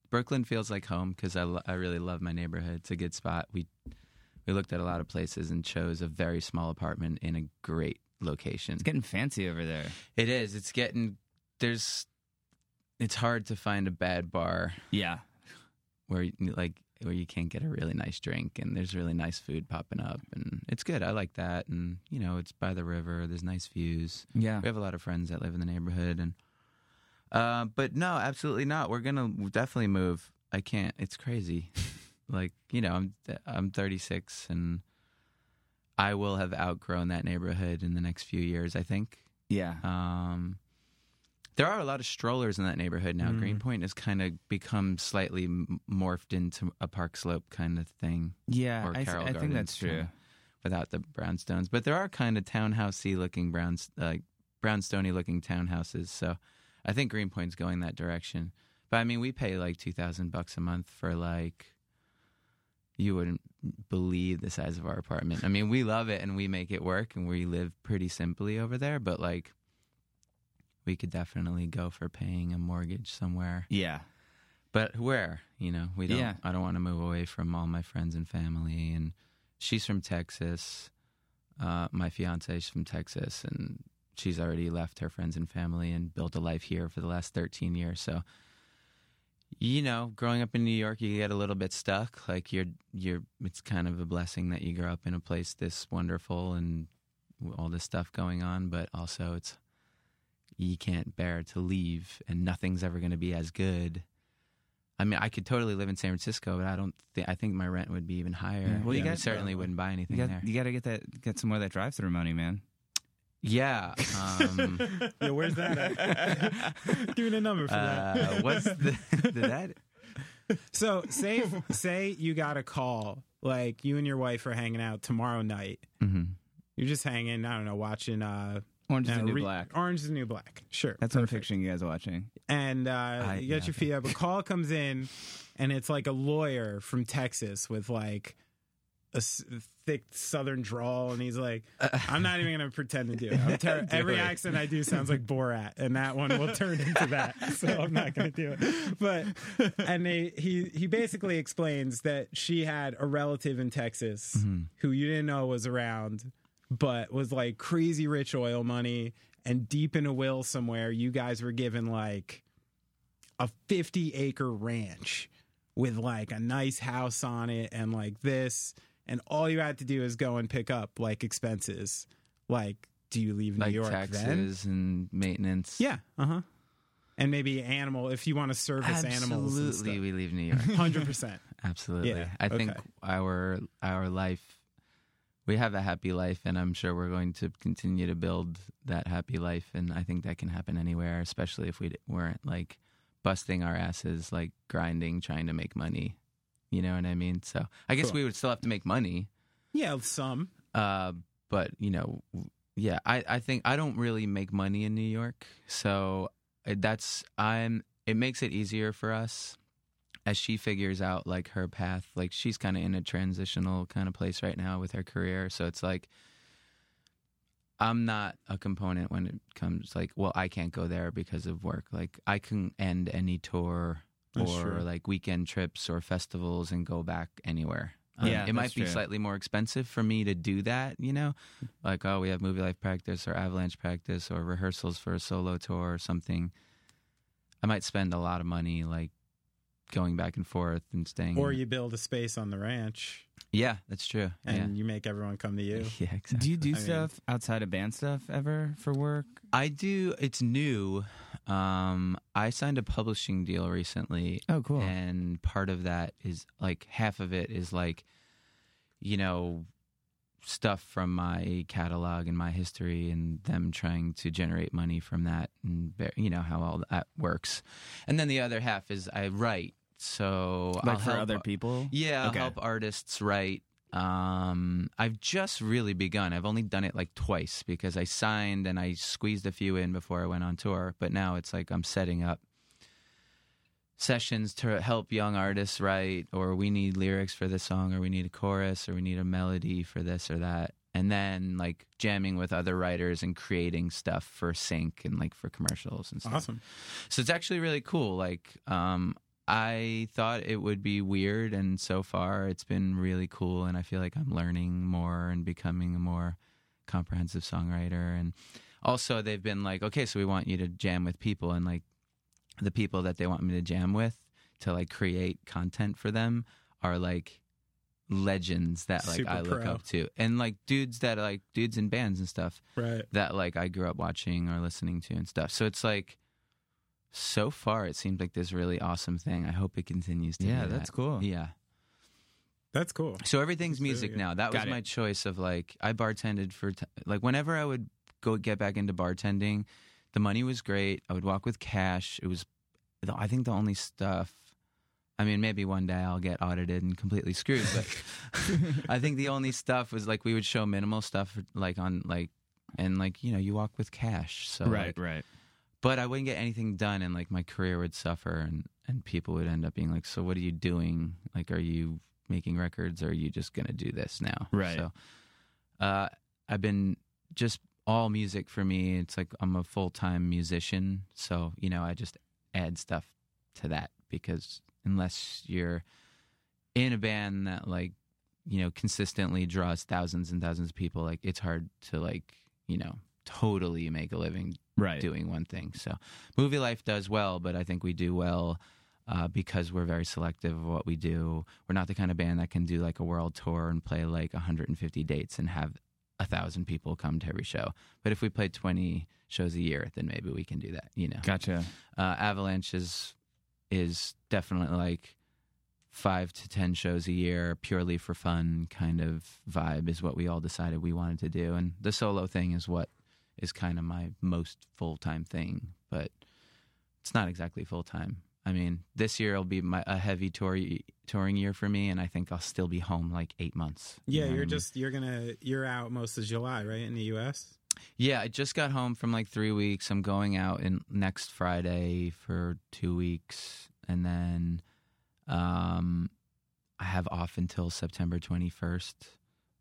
S5: Brooklyn feels like home because I, lo- I really love my neighborhood. It's a good spot. We we looked at a lot of places and chose a very small apartment in a great location.
S1: It's getting fancy over there.
S5: It is. It's getting there's. It's hard to find a bad bar
S1: Yeah.
S5: where you- like where you can't get a really nice drink and there's really nice food popping up and it's good. I like that and you know it's by the river. There's nice views.
S1: Yeah.
S5: We have a lot of friends that live in the neighborhood, and uh, but no, absolutely not. We're gonna definitely move. I can't. It's crazy. [laughs] like you know, I'm I'm 36, and I will have outgrown that neighborhood in the next few years. I think.
S1: Yeah.
S5: Um, there are a lot of strollers in that neighborhood now.
S4: Mm.
S5: Greenpoint has kind of become slightly m- morphed into a Park Slope kind of thing
S1: Yeah.
S5: or
S1: I,
S5: Carroll
S1: I think
S5: Gardens
S1: that's true.
S5: kinda. without the brownstones. But there are kind of townhousey looking browns, like brownstoney looking townhouses. So I think Greenpoint's going that direction. But I mean, we pay like two thousand bucks a month for like you wouldn't believe the size of our apartment. I mean, we love it and we make it work and we live pretty simply over there, but like we could definitely go for paying a mortgage somewhere.
S1: Yeah.
S5: But where? You know, we don't
S1: Yeah.
S5: I don't want to move away from all my friends and family and she's from Texas. Uh my fiance's from Texas and she's already left her friends and family and built a life here for the last 13 years. So you know, growing up in New York, you get a little bit stuck. Like you're, you're. It's kind of a blessing that you grow up in a place this wonderful and all this stuff going on, but also it's you can't bear to leave, and nothing's ever going to be as good. I mean, I could totally live in San Francisco, but I don't. Thi- I think my rent would be even higher.
S1: Yeah. Well, you
S5: And I
S1: got- uh,
S5: certainly wouldn't buy anything
S1: You got,
S5: there.
S1: you got to get that, get some more of that drive-through money, man.
S4: [laughs]
S1: [laughs]
S5: yeah. Um,
S4: Yeah, where's that
S5: [laughs]
S4: at? [laughs] Give me the number for
S5: uh,
S4: that.
S5: what's the, [laughs] did that?
S4: So say [laughs] if- say you got a call, like you and your wife are hanging out tomorrow night.
S1: Mm-hmm.
S5: Mhm.
S4: You're just hanging, I don't know, watching uh
S1: Orange
S4: uh, re- Orange is the new black. Sure.
S1: That's what I'm picturing you guys watching.
S4: and uh,
S5: I-
S4: you get
S5: yeah,
S4: your feet up. A call comes in, and it's like a lawyer from Texas with like a s- thick Southern drawl, and he's like, "I'm not even gonna pretend to do it. I'm ter- every
S5: it.
S4: accent I do sounds like Borat, and that one will turn into that. [laughs] So I'm not gonna do it." But and they, he he basically explains that she had a relative in Texas who you didn't know was around, but was like crazy rich oil money. And deep in a will somewhere, you guys were given like a 50 acre ranch with like a nice house on it and like this and all you had to do is go and pick up like expenses like do you leave
S5: Like
S4: new york then
S5: taxes and maintenance.
S4: yeah uh-huh and maybe animal if you want to service animals and
S5: Absolutely, we leave New
S4: [laughs]
S5: York.
S4: stuff. 100%
S5: Absolutely.
S4: Yeah,
S5: I think
S4: okay.
S5: our our life we have a happy life and I'm sure we're going to continue to build that happy life and I think that can happen anywhere, especially if we d- weren't like busting our asses like grinding trying to make money. You know what I mean? So, I guess
S4: Cool.
S5: we would still have to make money.
S4: yeah some
S5: Uh, but you know, w- yeah, I, I think I don't really make money in New York, so uh, that's I'm. It makes it easier for us as she figures out like her path. Like she's kind of in a transitional kind of place right now with her career, so it's like. I'm not a component when it comes like, well, I can't go there because of work. Like I can end any tour
S4: That's
S5: or
S4: true.
S5: like weekend trips or festivals and go back anywhere.
S1: Yeah,
S5: Um, it might
S1: that's
S5: be
S1: true.
S5: slightly more expensive for me to do that, you know? Like, oh, we have movie life practice or avalanche practice or rehearsals for a solo tour or something. I might spend a lot of money like going back and forth and staying.
S4: or
S5: in-
S4: you build a space on the ranch
S5: Yeah, that's true.
S4: and you make everyone come to
S5: yeah.
S4: you
S5: [laughs] Yeah, exactly.
S1: Do you do
S4: I mean-
S1: stuff outside of band stuff ever for work?
S5: I do. It's new. Um, I signed a publishing deal recently,
S1: Oh, cool.
S5: and part of that is like half of it is like, you know, stuff from my catalog and my history, and them trying to generate money from that, and be- you know how all that works. And then the other half is I write, so
S1: like
S5: I'll
S1: for
S5: help-
S1: other people?
S5: yeah, I'll
S1: Okay.
S5: help artists write. Um, I've just really begun. I've only done it like twice because I signed and I squeezed a few in before I went on tour. But now it's like I'm setting up sessions to help young artists write, or we need lyrics for this song, or we need a chorus, or we need a melody for this or that. And then like jamming with other writers and creating stuff for sync and like for commercials and stuff.
S4: awesome
S5: So it's actually really cool. Like, um, I thought it would be weird, and so far it's been really cool. And I feel like I'm learning more and becoming a more comprehensive songwriter. And also, they've been like, okay, so we want you to jam with people, and like the people that they want me to jam with to like create content for them are like legends that like
S4: Super
S5: I look
S4: pro.
S5: up to, and like dudes that like dudes in bands and stuff
S4: right
S5: that like I grew up watching or listening to and stuff. So it's like so far it seems like this really awesome thing. I hope it continues to
S1: Yeah,
S5: be
S1: that's
S5: that.
S1: cool.
S5: Yeah. [laughs]
S4: that's cool
S5: So everything's
S4: really
S5: music
S4: good.
S5: now. That was
S1: Got it.
S5: my choice of like I bartended for t- like whenever I would go get back into bartending, the money was great. I would walk with cash. It was the- I think the only stuff I mean, maybe one day I'll get audited and completely screwed, but
S1: [laughs]
S5: I think the only stuff was like we would show minimal stuff like on like and like, you know, you walk with cash. So like,
S1: right.
S5: but I wouldn't get anything done, and like my career would suffer, and and people would end up being like, "So what are you doing? Like, are you making records or are you just going to do this now?
S1: Right.
S5: So uh, I've been just all music for me. It's like I'm a full time musician. So, you know, I just add stuff to that because unless you're in a band that like, you know, consistently draws thousands and thousands of people, like it's hard to like, you know, totally make a living
S1: right.
S5: doing one thing. So, movie life does well, but I think we do well uh, because we're very selective of what we do. We're not the kind of band that can do like a world tour and play like 150 dates and have a thousand people come to every show. But if we play 20 shows a year, then maybe we can do that. You know,
S1: Gotcha.
S5: uh, Avalanche is is definitely like five to ten shows a year, purely for fun kind of vibe is what we all decided we wanted to do, and the solo thing is what is kind of my most full time thing, but it's not exactly full time. I mean, this year will be my a heavy tour touring year for me, and I think I'll still be home like eight months. You know
S4: Yeah,
S5: what
S4: you're
S5: I mean?
S4: just you're gonna you're out most of July, right? In the U.S.
S5: Yeah, I just got home from like three weeks. I'm going out in next Friday for two weeks, and then um, I have off until September 21st,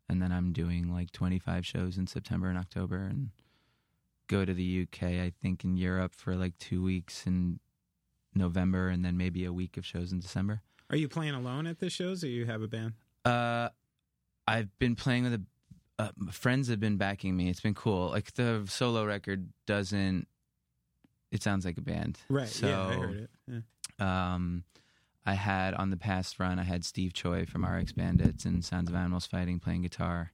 S5: and then I'm doing like 25 shows in September and October, and go to the UK. I think in Europe for like two weeks in November, and then maybe a week of shows in December.
S4: Are you playing alone at the shows, or you have a band?
S5: Uh, I've been playing with a uh, my friends have been backing me. It's been cool. Like the solo record doesn't. It sounds like a band,
S4: Right.
S5: So,
S4: yeah, I heard it. Yeah.
S5: Um, I had on the past run. I had Steve Choi from RX Bandits and Sounds of Animals Fighting playing guitar.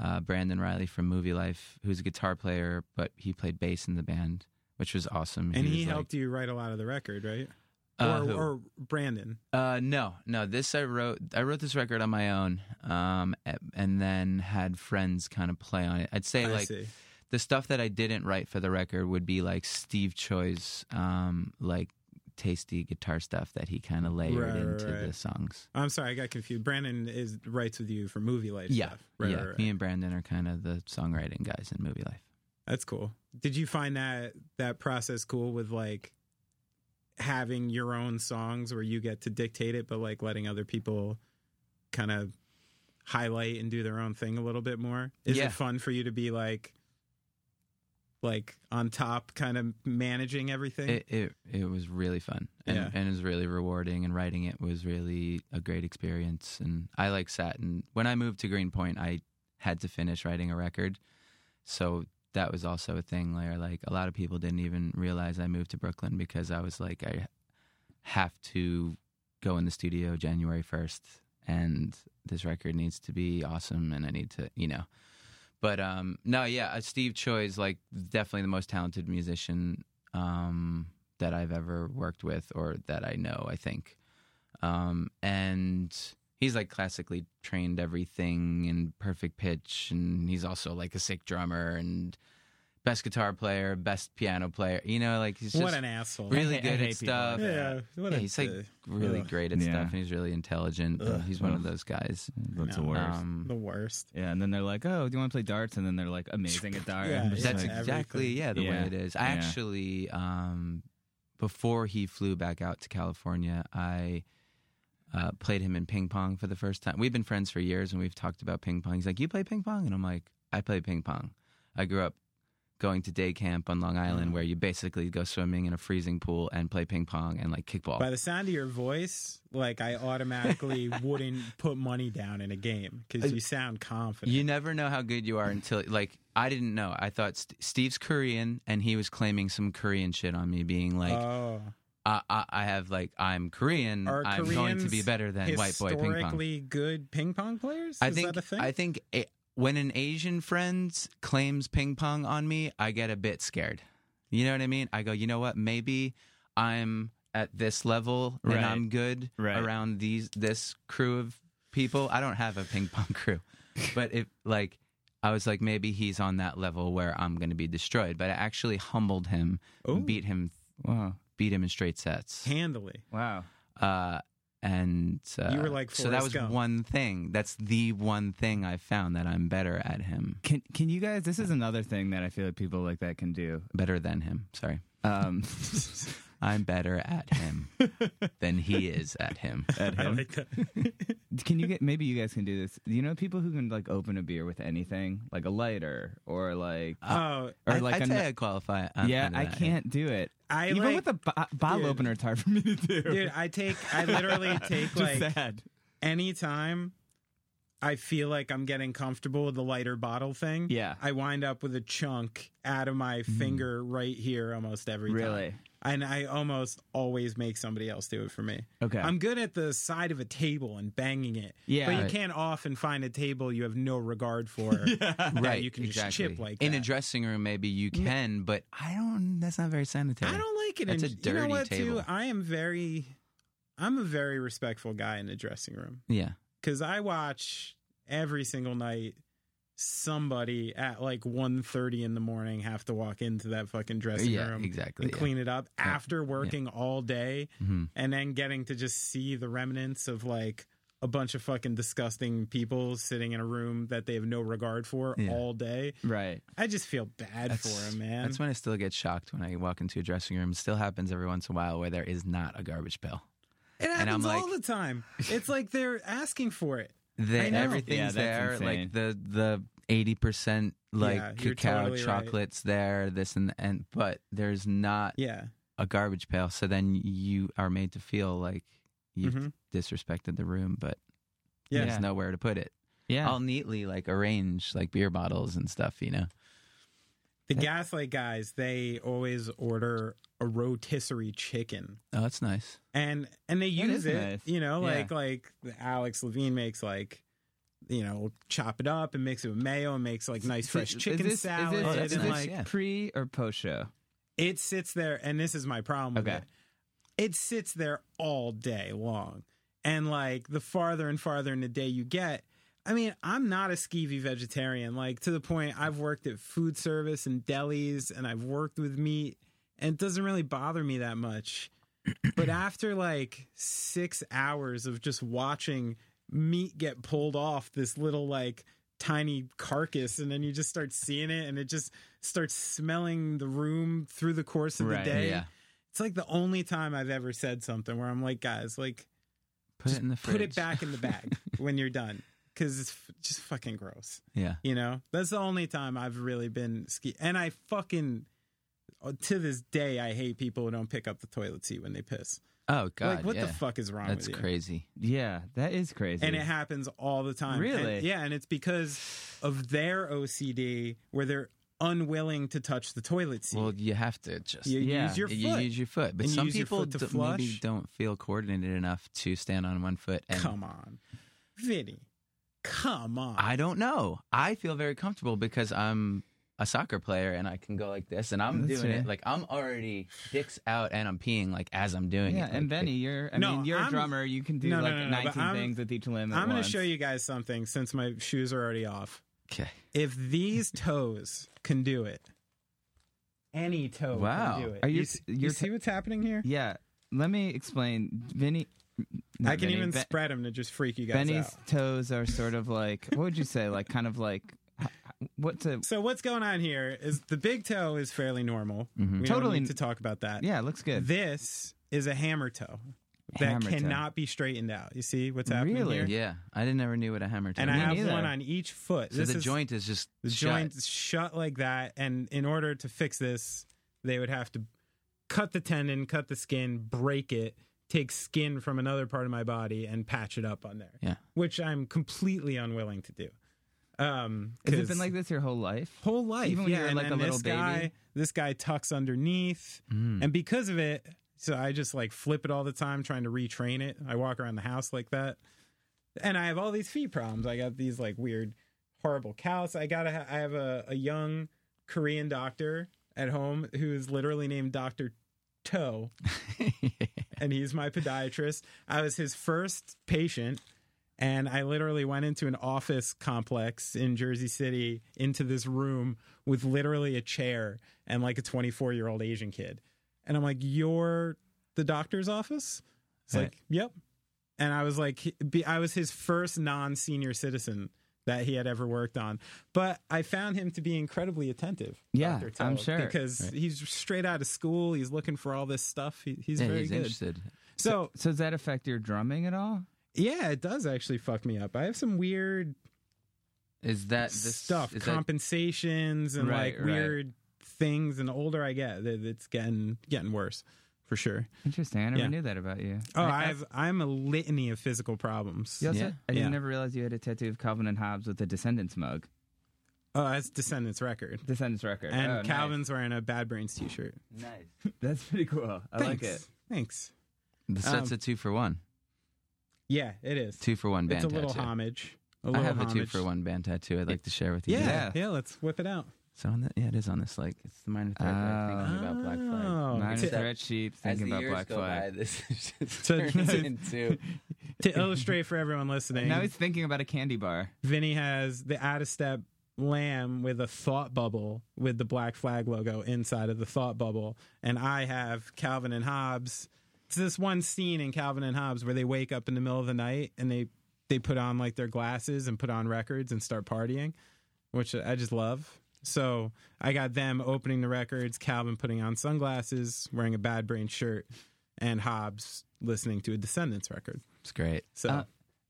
S5: Uh, Brandon Riley from Movie Life, who's a guitar player, but he played bass in the band, which was awesome.
S4: And
S5: was
S4: he
S5: like-
S4: helped you write a lot of the record, right?
S5: Uh,
S4: or,
S5: who?
S4: or Brandon.
S5: Uh, no, no. This I wrote. I wrote this record on my own, um, a- and then had friends kind of play on it. I'd say
S4: I
S5: like
S4: see.
S5: the stuff that I didn't write for the record would be like Steve Choi's, um, like tasty guitar stuff that he kind of layered
S4: Right, right,
S5: into
S4: right.
S5: the songs.
S4: I'm sorry, I got confused. Brandon is writes with you for movie life
S5: yeah,
S4: stuff. Right,
S5: yeah.
S4: right, right.
S5: Me and Brandon are kind of the songwriting guys in movie life.
S4: That's cool. Did you find that that process cool with like having your own songs where you get to dictate it, but like letting other people kind of highlight and do their own thing a little bit more? Is
S5: Yeah.
S4: it fun for you to be like like on top, kind of managing everything?
S5: It it, it was really fun and,
S4: Yeah.
S5: and it was really rewarding and writing it was really a great experience and I like sat and when I moved to Greenpoint I had to finish writing a record so that was also a thing where like a lot of people didn't even realize I moved to Brooklyn because I was like I have to go in the studio January 1st and this record needs to be awesome and I need to, you know. But um no, yeah, uh, Steve Choi is like definitely the most talented musician um that I've ever worked with or that I know, I think. Um and he's like classically trained everything in perfect pitch and he's also like a sick drummer and best guitar player, best piano player. You know, like he's just
S4: what an asshole.
S5: really
S3: I
S5: good at
S3: hate people
S5: stuff.
S3: like
S4: yeah, what
S5: Yeah,
S4: a-
S5: he's like really
S4: Ugh.
S5: great at
S1: Yeah.
S5: stuff, and he's really intelligent. and
S4: Ugh.
S5: he's one
S1: Ugh.
S5: of those guys.
S1: That's the
S4: No.
S1: worst.
S5: Um,
S4: the worst.
S1: yeah, and then they're like, "Oh, do you want to play darts?" And then they're like, "Amazing at darts."
S4: [laughs] Yeah,
S1: I'm just
S5: that's
S1: like,
S4: everything.
S5: exactly yeah the
S1: Yeah.
S5: way it is. I
S1: Yeah.
S5: actually, um, before he flew back out to California, I uh, played him in ping pong for the first time. We've been friends for years, and we've talked about ping pong. He's like, "You play ping pong?" And I'm like, "I play ping pong. I grew up." Going to day camp on Long Island, where you basically go swimming in a freezing pool and play ping pong and like kickball.
S4: By the sound of your voice, like
S5: [laughs]
S4: I automatically wouldn't put money down in a game because you sound confident.
S5: Uh, You never know how good you are until like I didn't know. I thought St- Steve's Korean, and he was claiming some Korean shit on me, being like,
S4: oh,
S5: I, I, "I have like I'm Korean.
S4: Are
S5: I'm going to
S4: Koreans
S5: be better than white boy ping pong."
S4: historically good ping pong players.
S5: I
S4: Is
S5: think
S4: that a thing?
S5: I think it, when an Asian friend claims ping pong on me, I get a bit scared. You know what I mean? I go, you know what? Maybe I'm at this level
S1: Right.
S5: and I'm good
S1: Right.
S5: around these this crew of people. I don't have a ping pong [laughs] crew, but if like. I was like, maybe he's on that level where I'm going to be destroyed, but I actually humbled him,
S4: Ooh.
S5: beat him,
S1: wow,
S5: beat him in straight sets.
S4: handily.
S1: wow,
S5: Uh, and uh,
S4: You were like
S5: so that
S4: Forrest
S5: was
S4: Gump.
S5: one thing. That's the one thing I found that I'm better at him,
S1: Can can you guys? This is another thing that I feel like people like that can do.
S5: better than him. Sorry.
S1: Um, [laughs]
S5: I'm better at
S4: [laughs]
S5: him than he is at him.
S1: [laughs] at
S6: I
S1: him.
S6: like
S5: [laughs]
S6: that.
S1: Can you get maybe you guys can do this? Do you know people who can like open a beer with anything, like a lighter or like
S5: Uh,
S4: Oh,
S1: or
S5: I,
S1: like
S5: I'd
S1: a
S5: say I qualify. uh,
S1: yeah?
S5: under
S1: I
S5: that,
S1: can't do it.
S4: I
S1: Even
S4: like,
S1: with a bo- bottle
S4: Dude.
S1: opener, it's hard for me to do.
S5: [laughs]
S4: dude. I take. I literally
S1: [laughs]
S4: take
S1: Just
S4: like
S1: sad.
S4: anytime I feel like I'm getting comfortable with the lighter bottle thing.
S1: Yeah.
S4: I wind up with a chunk out of my
S5: Mm-hmm.
S4: finger right here almost every time.
S1: Really?
S4: And I almost always make somebody else do it for me.
S1: Okay.
S4: I'm good at the side of a table and banging it.
S1: Yeah.
S4: But you
S1: Right.
S4: can't often find a table you have no regard
S5: [laughs]
S4: for.
S5: Right,
S4: that You can
S5: exactly.
S4: just chip like
S5: in
S4: that. Mm.
S5: a dressing room. Maybe you can, but I don't. That's not very sanitary.
S4: I don't like it.
S5: That's
S4: in,
S5: a
S4: you know
S5: dirty
S4: what,
S5: table.
S4: Too, I am very, I'm a very respectful guy in the dressing room
S5: Yeah,
S4: because I watch every single night somebody at like 1.30 in the morning have to walk into that fucking dressing
S5: yeah,
S4: room
S5: exactly.
S4: and
S5: yeah.
S4: clean it up
S5: Yeah.
S4: after working all day
S5: Mhm.
S4: and then getting to just see the remnants of like a bunch of fucking disgusting people sitting in a room that they have no regard for
S5: Yeah.
S4: all day.
S1: Right.
S4: I just feel bad for
S5: That's-
S4: them, man.
S5: That's when I still get shocked when I walk into a dressing room. It still happens every once in a while where there is not a garbage pail.
S4: It
S5: And I'm
S4: happens all
S5: like-
S4: the time. It's like they're asking for it.
S5: They,
S4: I know.
S1: Yeah,
S5: everything's
S1: that's
S5: there,
S1: insane.
S5: like the the eighty percent like
S4: Yeah, you're
S5: cacao
S4: totally right.
S5: chocolates there, this and and but there's not
S4: Yeah.
S5: a garbage pail. So then you are made to feel like you've
S4: Mhm.
S5: disrespected the room, but
S4: Yeah.
S5: there's nowhere to put it.
S3: Yeah.
S5: I'll neatly like arrange like beer bottles and stuff, you know.
S4: The gaslight guys, they always order a rotisserie chicken.
S5: Oh, that's nice.
S4: And and they
S1: That
S4: use
S1: is
S4: it,
S1: nice.
S4: you know,
S1: Yeah.
S4: like like Alex Levine makes like you know, chop it up and mix it with mayo and makes like nice fresh
S1: Is
S4: chicken
S1: this- is
S4: salad.
S1: this-
S5: Oh,
S1: Is
S5: that's
S1: this,
S4: and,
S5: nice,
S4: like,
S5: yeah.
S1: pre or post show?
S4: it sits there and this is my problem with
S1: Okay.
S4: it. It sits there all day long. And like the farther and farther in the day you get, I mean, I'm not a skeevy vegetarian. Like to the point I've worked at food service and delis and I've worked with meat and it doesn't really bother me that much.
S5: [clears throat]
S4: but after like 6 hours of just watching meat get pulled off this little like tiny carcass and then you just start seeing it and it just starts smelling the room through the course of
S1: Right,
S4: the day.
S5: Yeah.
S4: It's like the only time I've ever said something where I'm like, guys, like
S5: Put it in the fridge.
S4: put it back in the bag when you're done because it's f- just fucking gross.
S5: [laughs] Yeah.
S4: You know, that's the only time I've really been ski. And I fucking uh, to this day I hate people who don't pick up the toilet seat when they piss.
S5: Oh god.
S4: like, what
S5: yeah.
S4: the fuck is wrong
S5: That's
S4: with you?
S5: crazy.
S1: Yeah, that is crazy.
S4: and it happens all the time.
S1: Really?
S4: And- yeah, and it's because of their OCD where they're unwilling to touch the toilet seat.
S5: Well, you have to just
S4: you
S1: yeah,
S4: use your foot.
S5: You use your foot, but
S4: And you
S5: some
S4: use your
S5: people
S4: foot to
S5: d- maybe
S4: flush.
S5: don't feel coordinated enough to stand on one foot. And
S4: come on, Vinny. Come on.
S5: I don't know. I feel very comfortable because I'm a soccer player and I can go like this, and I'm
S1: That's
S5: doing
S1: right.
S5: it like I'm already dicks out and I'm peeing like as I'm doing
S1: yeah,
S5: it.
S1: and
S5: like,
S1: Benny, you're I
S4: No,
S1: mean you're a
S4: I'm-
S1: drummer. You can do
S4: No, no,
S1: like
S4: no, no, but
S1: 19
S4: I'm-
S1: things with each limb. At
S4: I'm going
S1: once.
S4: to show you guys something since my shoes are already off.
S5: Okay.
S4: If these toes can do it, any toe
S5: Wow.
S4: can do it.
S1: Are you-
S4: s- you,
S1: you're-
S4: see what's happening here?
S1: Yeah, let me explain. Vinny, not
S4: I can
S1: Vinny,
S4: even
S1: Be-
S4: spread them to just freak you guys
S1: Benny's
S4: out.
S1: toes are sort of like what would you say? Like kind of like h- h- what's a
S4: So what's going on here is the big toe is fairly normal. We
S1: Mm-hmm. Totally-
S4: don't need to talk about that.
S1: yeah? it Looks good.
S4: This is a hammer toe that
S1: Hammer toe.
S4: cannot be straightened out. You see what's happening
S1: Really?
S4: here?
S5: Yeah, I didn't ever knew what a hammer.
S4: And I
S5: toe
S4: have
S5: was.
S1: neither.
S4: one on each foot.
S5: So
S4: this
S5: the
S4: is,
S5: joint is just
S4: the
S5: shut.
S4: joint's shut like that and in order to fix this they would have to cut the tendon cut the skin break it take skin from another part of my body and patch it up on there
S5: Yeah.
S4: which i'm completely unwilling to do um
S1: Has it
S4: 'cause
S1: been like this your whole life?
S4: whole life
S1: even when
S4: yeah,
S1: you were,
S4: and
S1: like, a
S4: then
S1: little
S4: this guy
S1: baby? Mm.
S4: this guy tucks underneath and because of it so i just like flip it all the time trying to retrain it i walk around the house like that and I have all these feet problems. I got these like weird, horrible calluses. I gotta. Ha- I have a, a young Korean doctor at home who is literally named Doctor
S1: [laughs]
S4: Toe, and he's my podiatrist. I was his first patient. And I literally went into an office complex in Jersey City into this room with literally a chair and like a 24 year old Asian kid. And I'm like, You're the doctor's office? It's
S5: Right.
S4: like, Yep and I was like, be- I was his first non senior citizen that he had ever worked on. But I found him to be incredibly attentive.
S5: Yeah,
S4: Dr.
S5: I'm
S4: Telg,
S5: sure.
S4: because he's straight out of school. He's looking for all this stuff. He, he's
S5: yeah,
S4: very
S5: he's
S4: good.
S5: interested.
S4: So
S1: So does that affect your drumming at all?
S4: yeah, it does actually fuck me up. I have some weird
S5: Is that this
S4: stuff,
S5: Is that,
S4: compensations, and
S5: Right,
S4: like
S5: right.
S4: weird things. And the older I get, it- it's getting getting worse for sure.
S1: Interesting. I never
S4: Yeah.
S1: knew that about you.
S4: Oh, I have I'm a litany of physical problems.
S1: You also,
S5: Yeah.
S1: I didn't
S4: Yeah.
S1: never realize you had a tattoo of Calvin and Hobbes with a Descendants mug,
S4: Oh, that's Descendants record.
S1: Descendants record,
S4: And
S1: Oh, nice.
S4: Calvin's wearing a Bad Brains t-shirt.
S1: Nice. That's pretty cool. I like
S4: Thanks.
S1: it.
S4: Thanks.
S5: so
S4: um,
S5: it's a two for one.
S4: Yeah, it is.
S5: Two for one band
S4: It's a little
S5: tattoo.
S4: homage. A
S5: I
S4: little
S5: have
S4: homage.
S5: a two for one band tattoo. I'd like to share with you.
S4: Yeah, yeah,
S1: Yeah.
S4: let's whip it out.
S5: So on the, yeah, it is on this. Like it's the minor third. like,
S1: Oh.
S5: thinking about Black Flag.
S4: Oh,
S1: Mine
S4: to-
S1: is red sheep.
S5: As
S1: Thinking
S5: the
S1: about
S5: years
S1: Black
S5: go
S1: Flag.
S5: by, this is [laughs] just
S4: To-
S5: turns [laughs]
S4: to-
S5: into
S4: to illustrate for everyone listening,
S1: Now he's thinking about a candy bar.
S4: Vinny has the out of step lamb with a thought bubble with the black flag logo inside of the thought bubble, and I have Calvin and Hobbes. It's this one scene in Calvin and Hobbes where they wake up in the middle of the night and they they put on like their glasses and put on records and start partying, which I just love. So I got them opening the records, Calvin putting on sunglasses, wearing a Bad Brain shirt, and Hobbes listening to a Descendants record.
S5: It's great.
S4: So
S1: Uh,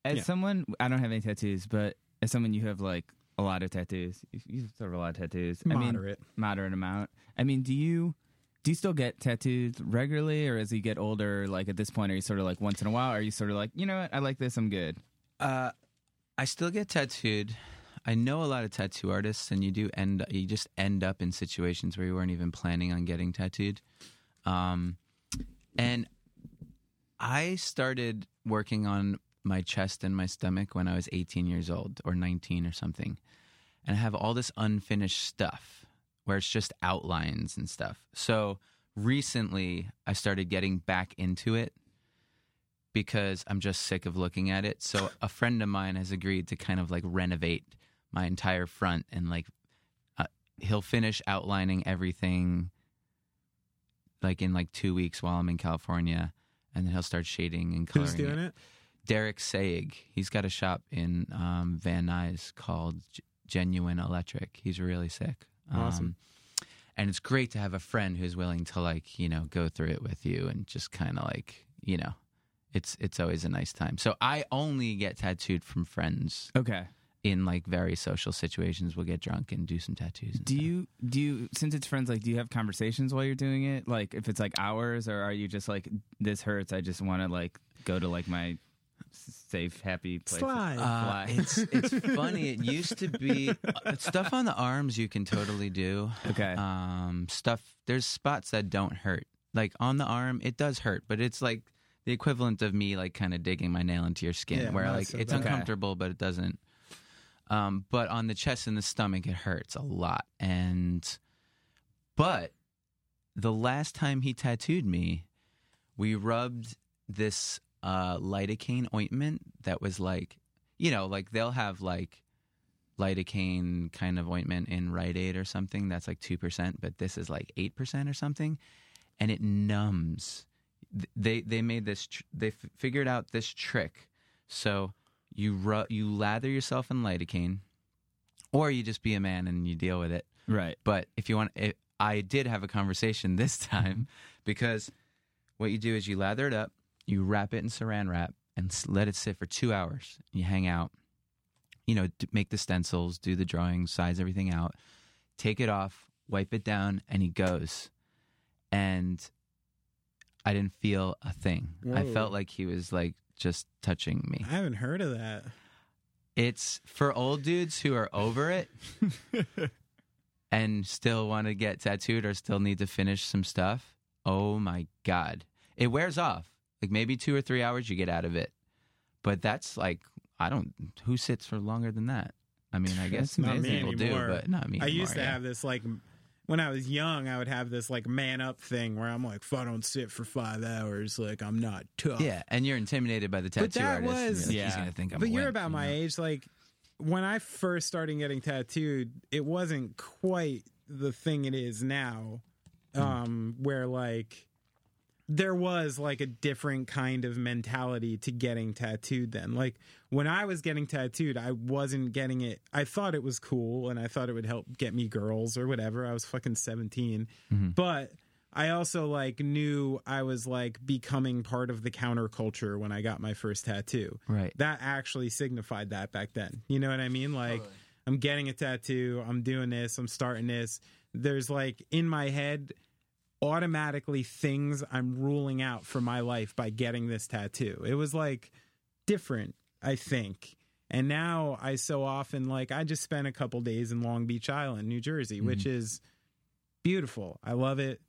S1: As
S4: Yeah.
S1: someone, I don't have any tattoos, but as someone, you have like a lot of tattoos. You- You have a lot of tattoos. I mean,
S4: moderate.
S1: moderate amount. I mean, do you do you still get tattoos regularly, or as you get older, like at this point, are you sort of like once in a while? Or are you sort of like, you know what, I like this, I'm good.
S5: Uh, I still get tattooed. I know a lot of tattoo artists, and you do end. You just end up in situations where you weren't even planning on getting tattooed. Um, and I started working on my chest and my stomach when I was 18 years old or 19 or something, and I have all this unfinished stuff where it's just outlines and stuff. So recently, I started getting back into it because I'm just sick of looking at it. So a friend of mine has agreed to kind of like renovate my entire front and like uh, he'll finish outlining everything like in like two weeks while I'm in California, and then he'll start shading and coloring.
S4: Who's doing it?
S5: Derek Saig. He's got a shop in um, Van Nuys called G- Genuine Electric. He's really sick.
S4: Awesome.
S5: Um, and it's great to have a friend who's willing to like you know go through it with you and just kind of like you know, it's it's always a nice time. So I only get tattooed from friends
S1: Okay.
S5: in like very social situations. We'll get drunk and do some tattoos. and
S1: Do
S5: stuff.
S1: you do you since it's friends like do you have conversations while you're doing it like if it's like hours or are you just like this hurts I just want to like go to like my s- safe happy place
S4: Slide.
S5: Uh, it's it's funny. It used to be uh, stuff on the arms you can totally do.
S1: okay
S5: um, stuff. There's spots that don't hurt. Like on the arm, it does hurt, but it's like the equivalent of me like kind of digging my nail into your skin,
S4: Yeah,
S5: where
S4: not
S5: like
S4: so
S5: it's
S4: bad.
S5: uncomfortable, but it doesn't. Um, but on the chest and the stomach, it hurts a lot. And but the last time he tattooed me, we rubbed this uh, lidocaine ointment that was like, you know, like they'll have like lidocaine kind of ointment in Rite Aid or something that's like 2%, but this is like 8% or something. And it numbs. Th- They, they made this, tr- they f- figured out this trick. So you, ru- you lather yourself in lidocaine, or you just be a man and you deal with it.
S1: right
S5: But if you want, i I did have a conversation [laughs] this time because what you do is you lather it up, you wrap it in saran wrap, and s- let it sit for two hours. You hang out, you know, d- make the stencils, do the drawings, size everything out, take it off, wipe it down, and he goes. And I didn't feel a thing. I
S4: Whoa.
S5: felt like he was like just touching me.
S4: I haven't heard of that.
S5: It's for old dudes who are over
S4: [laughs]
S5: it and still want to get tattooed or still need to finish some stuff. Oh my God. It wears off. Like maybe two or three hours you get out of it. But that's like, I don't, who sits for longer than that? I mean, I guess
S1: That's not
S5: some
S1: me
S5: people do,
S4: anymore.
S5: but not me.
S4: I used
S5: anymore,
S4: to
S5: yeah.
S4: have this like m- when I was young, I would have this like man up thing where I'm like, if I don't sit for five hours, like I'm not tough.
S5: Yeah, and you're intimidated by the tattoo
S4: that
S5: artist. and
S4: was-
S5: you're like, he's
S1: Yeah.
S5: gonna think I'm.
S4: but
S5: a
S4: you're
S5: wimp,
S4: about
S5: you
S4: my
S5: know?
S4: age. Like when I first started getting tattooed, it wasn't
S5: Hmm.
S4: quite the thing it is now, um, where like there was like a different kind of mentality to getting tattooed then. Like when I was getting tattooed, I wasn't getting it. I thought it was cool and I thought it would help get me girls or whatever. I was fucking 17.
S5: Mm-hmm.
S4: But I also like knew I was like becoming part of the counterculture when I got my first tattoo.
S5: Right.
S4: That actually signified that back then. You know what I mean? Like I'm getting a tattoo, I'm doing this, I'm starting this. There's like in my head automatically things I'm ruling out for my life by getting this tattoo. It was like different, I think. And now I so often like I just spent a couple days in Long Beach Island, New Jersey, which is beautiful. I love it.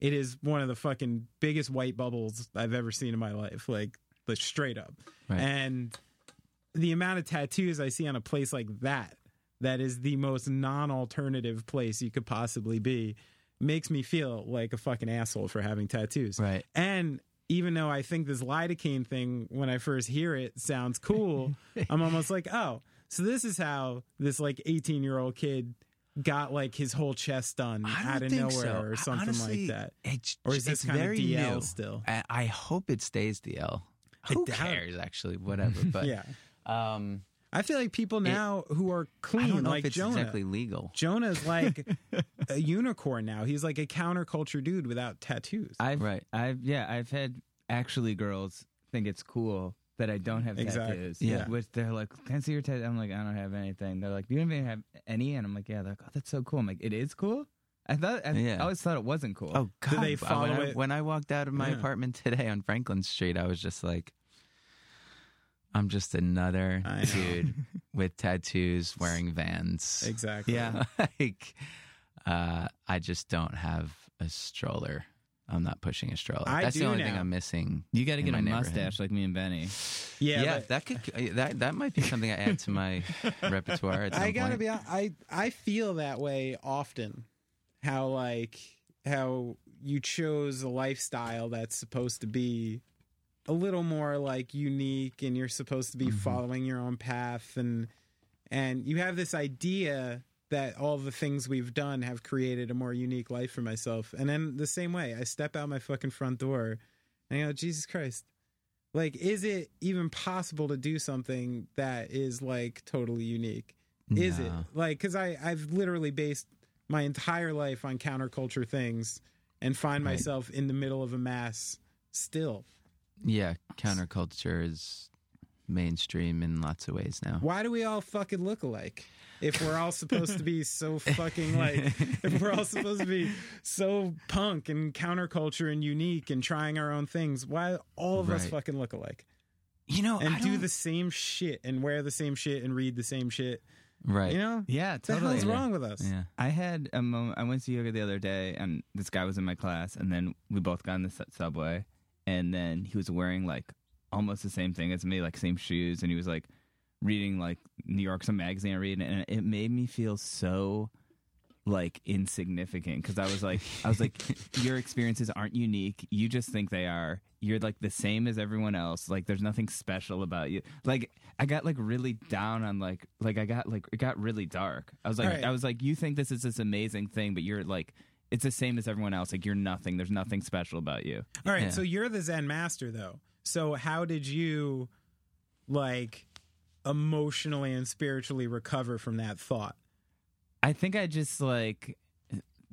S4: It is one of the fucking biggest white bubbles I've ever seen in my life, like the straight up.
S5: Right.
S4: And the amount of tattoos I see on a place like that, that is the most non-alternative place you could possibly be, makes me feel like a fucking asshole for having tattoos.
S5: Right.
S4: And even though I think this lidocaine thing, when I first hear it,
S5: [laughs]
S4: sounds cool, I'm almost like, oh, so this is how this like 18 year old kid got like his whole chest done
S5: I
S4: out
S5: don't
S4: of
S5: think
S4: nowhere
S5: so.
S4: or
S5: I-
S4: something
S5: honestly,
S4: like that.
S5: It's,
S4: Or is this
S5: it's
S4: kinda
S5: very
S4: DL
S5: new.
S4: still?
S5: I, I hope it stays DL. Who
S4: doubt it.
S5: cares? Actually, whatever. But
S4: [laughs] Yeah.
S5: um,
S4: I feel like people now who are
S5: I don't
S4: clean,
S5: know
S4: like
S5: if it's
S4: Jonah.
S5: exactly legal. [laughs]
S4: Jonah's like a unicorn now. He's like a counterculture dude without tattoos.
S1: I've
S5: Right.
S1: I've yeah, I've had actually girls think it's cool that I don't have
S4: Exactly.
S1: tattoos.
S4: Yeah.
S1: Which they're like, Can I see your tattoo? I'm like, I don't have anything. They're like, You don't even have any? And I'm like, Yeah, they're like, Oh, that's so cool. I'm like, It is cool? I thought I,
S5: Yeah.
S1: I always thought it wasn't cool.
S5: Oh God!
S4: they
S5: when
S4: follow
S5: I-
S4: it?
S5: When I walked out of my
S4: Yeah.
S5: apartment [laughs] today on Franklin Street, I was just like, "I'm just another
S4: I know.
S5: dude
S4: [laughs]
S5: with tattoos wearing Vans." [laughs]
S4: exactly.
S5: like, uh, I just don't have a stroller. I'm not pushing a stroller.
S4: I
S5: That's the
S4: do
S5: only thing
S4: now.
S5: I'm missing.
S1: you gotta
S5: in
S1: get
S5: my
S1: a
S5: neighborhood.
S1: mustache like me and Benny.
S4: Yeah.
S5: Yeah,
S4: but-
S5: that could that that might be something I add to
S4: [laughs]
S5: my repertoire. At some
S4: I gotta
S5: point.
S4: be honest. I I feel that way often. How like how you chose a lifestyle that's supposed to be a little more like unique, and you're supposed to be
S5: Mm-hmm.
S4: following your own path, and and you have this idea that all the things we've done have created a more unique life for myself. And then the same way, I step out my fucking front door, and I go, Jesus Christ. Like, is it even possible to do something that is like totally unique? is it
S5: No.
S4: like because i i've literally based my entire life on counterculture things and find
S5: Right.
S4: myself in the middle of a mass still
S5: Yeah, counterculture is mainstream in lots of ways now.
S4: why do we all fucking look alike if we're all supposed to be
S5: [laughs]
S4: so fucking like if we're all supposed to be so punk and counterculture and unique and trying our own things why all of us
S5: Right.
S4: fucking look alike
S5: [laughs] You know,
S4: and
S5: I
S4: do
S5: don't-
S4: the same shit and wear the same shit and read the same shit
S5: right.
S4: you know
S1: Yeah,
S4: what the
S1: totally.
S4: hell's wrong with us
S5: yeah.
S1: I had a moment. I went to yoga the other day, and this guy was in my class, and then we both got on the su- subway, and then he was wearing like almost the same thing as me, like same shoes, and he was like reading like New York some magazine I read, and it made me feel so like insignificant because I was like, I was like, your experiences aren't unique. You just think they are. You're like the same as everyone else. Like there's nothing special about you. Like I got like really down on like like I got like it got really dark. I was like
S4: Right.
S1: I was like you think this is this amazing thing, but you're like it's the same as everyone else. Like you're nothing. There's nothing special about you.
S4: All right,
S5: Yeah.
S4: so you're the Zen master though. So how did you like emotionally and spiritually recover from that thought?
S1: I think I just like.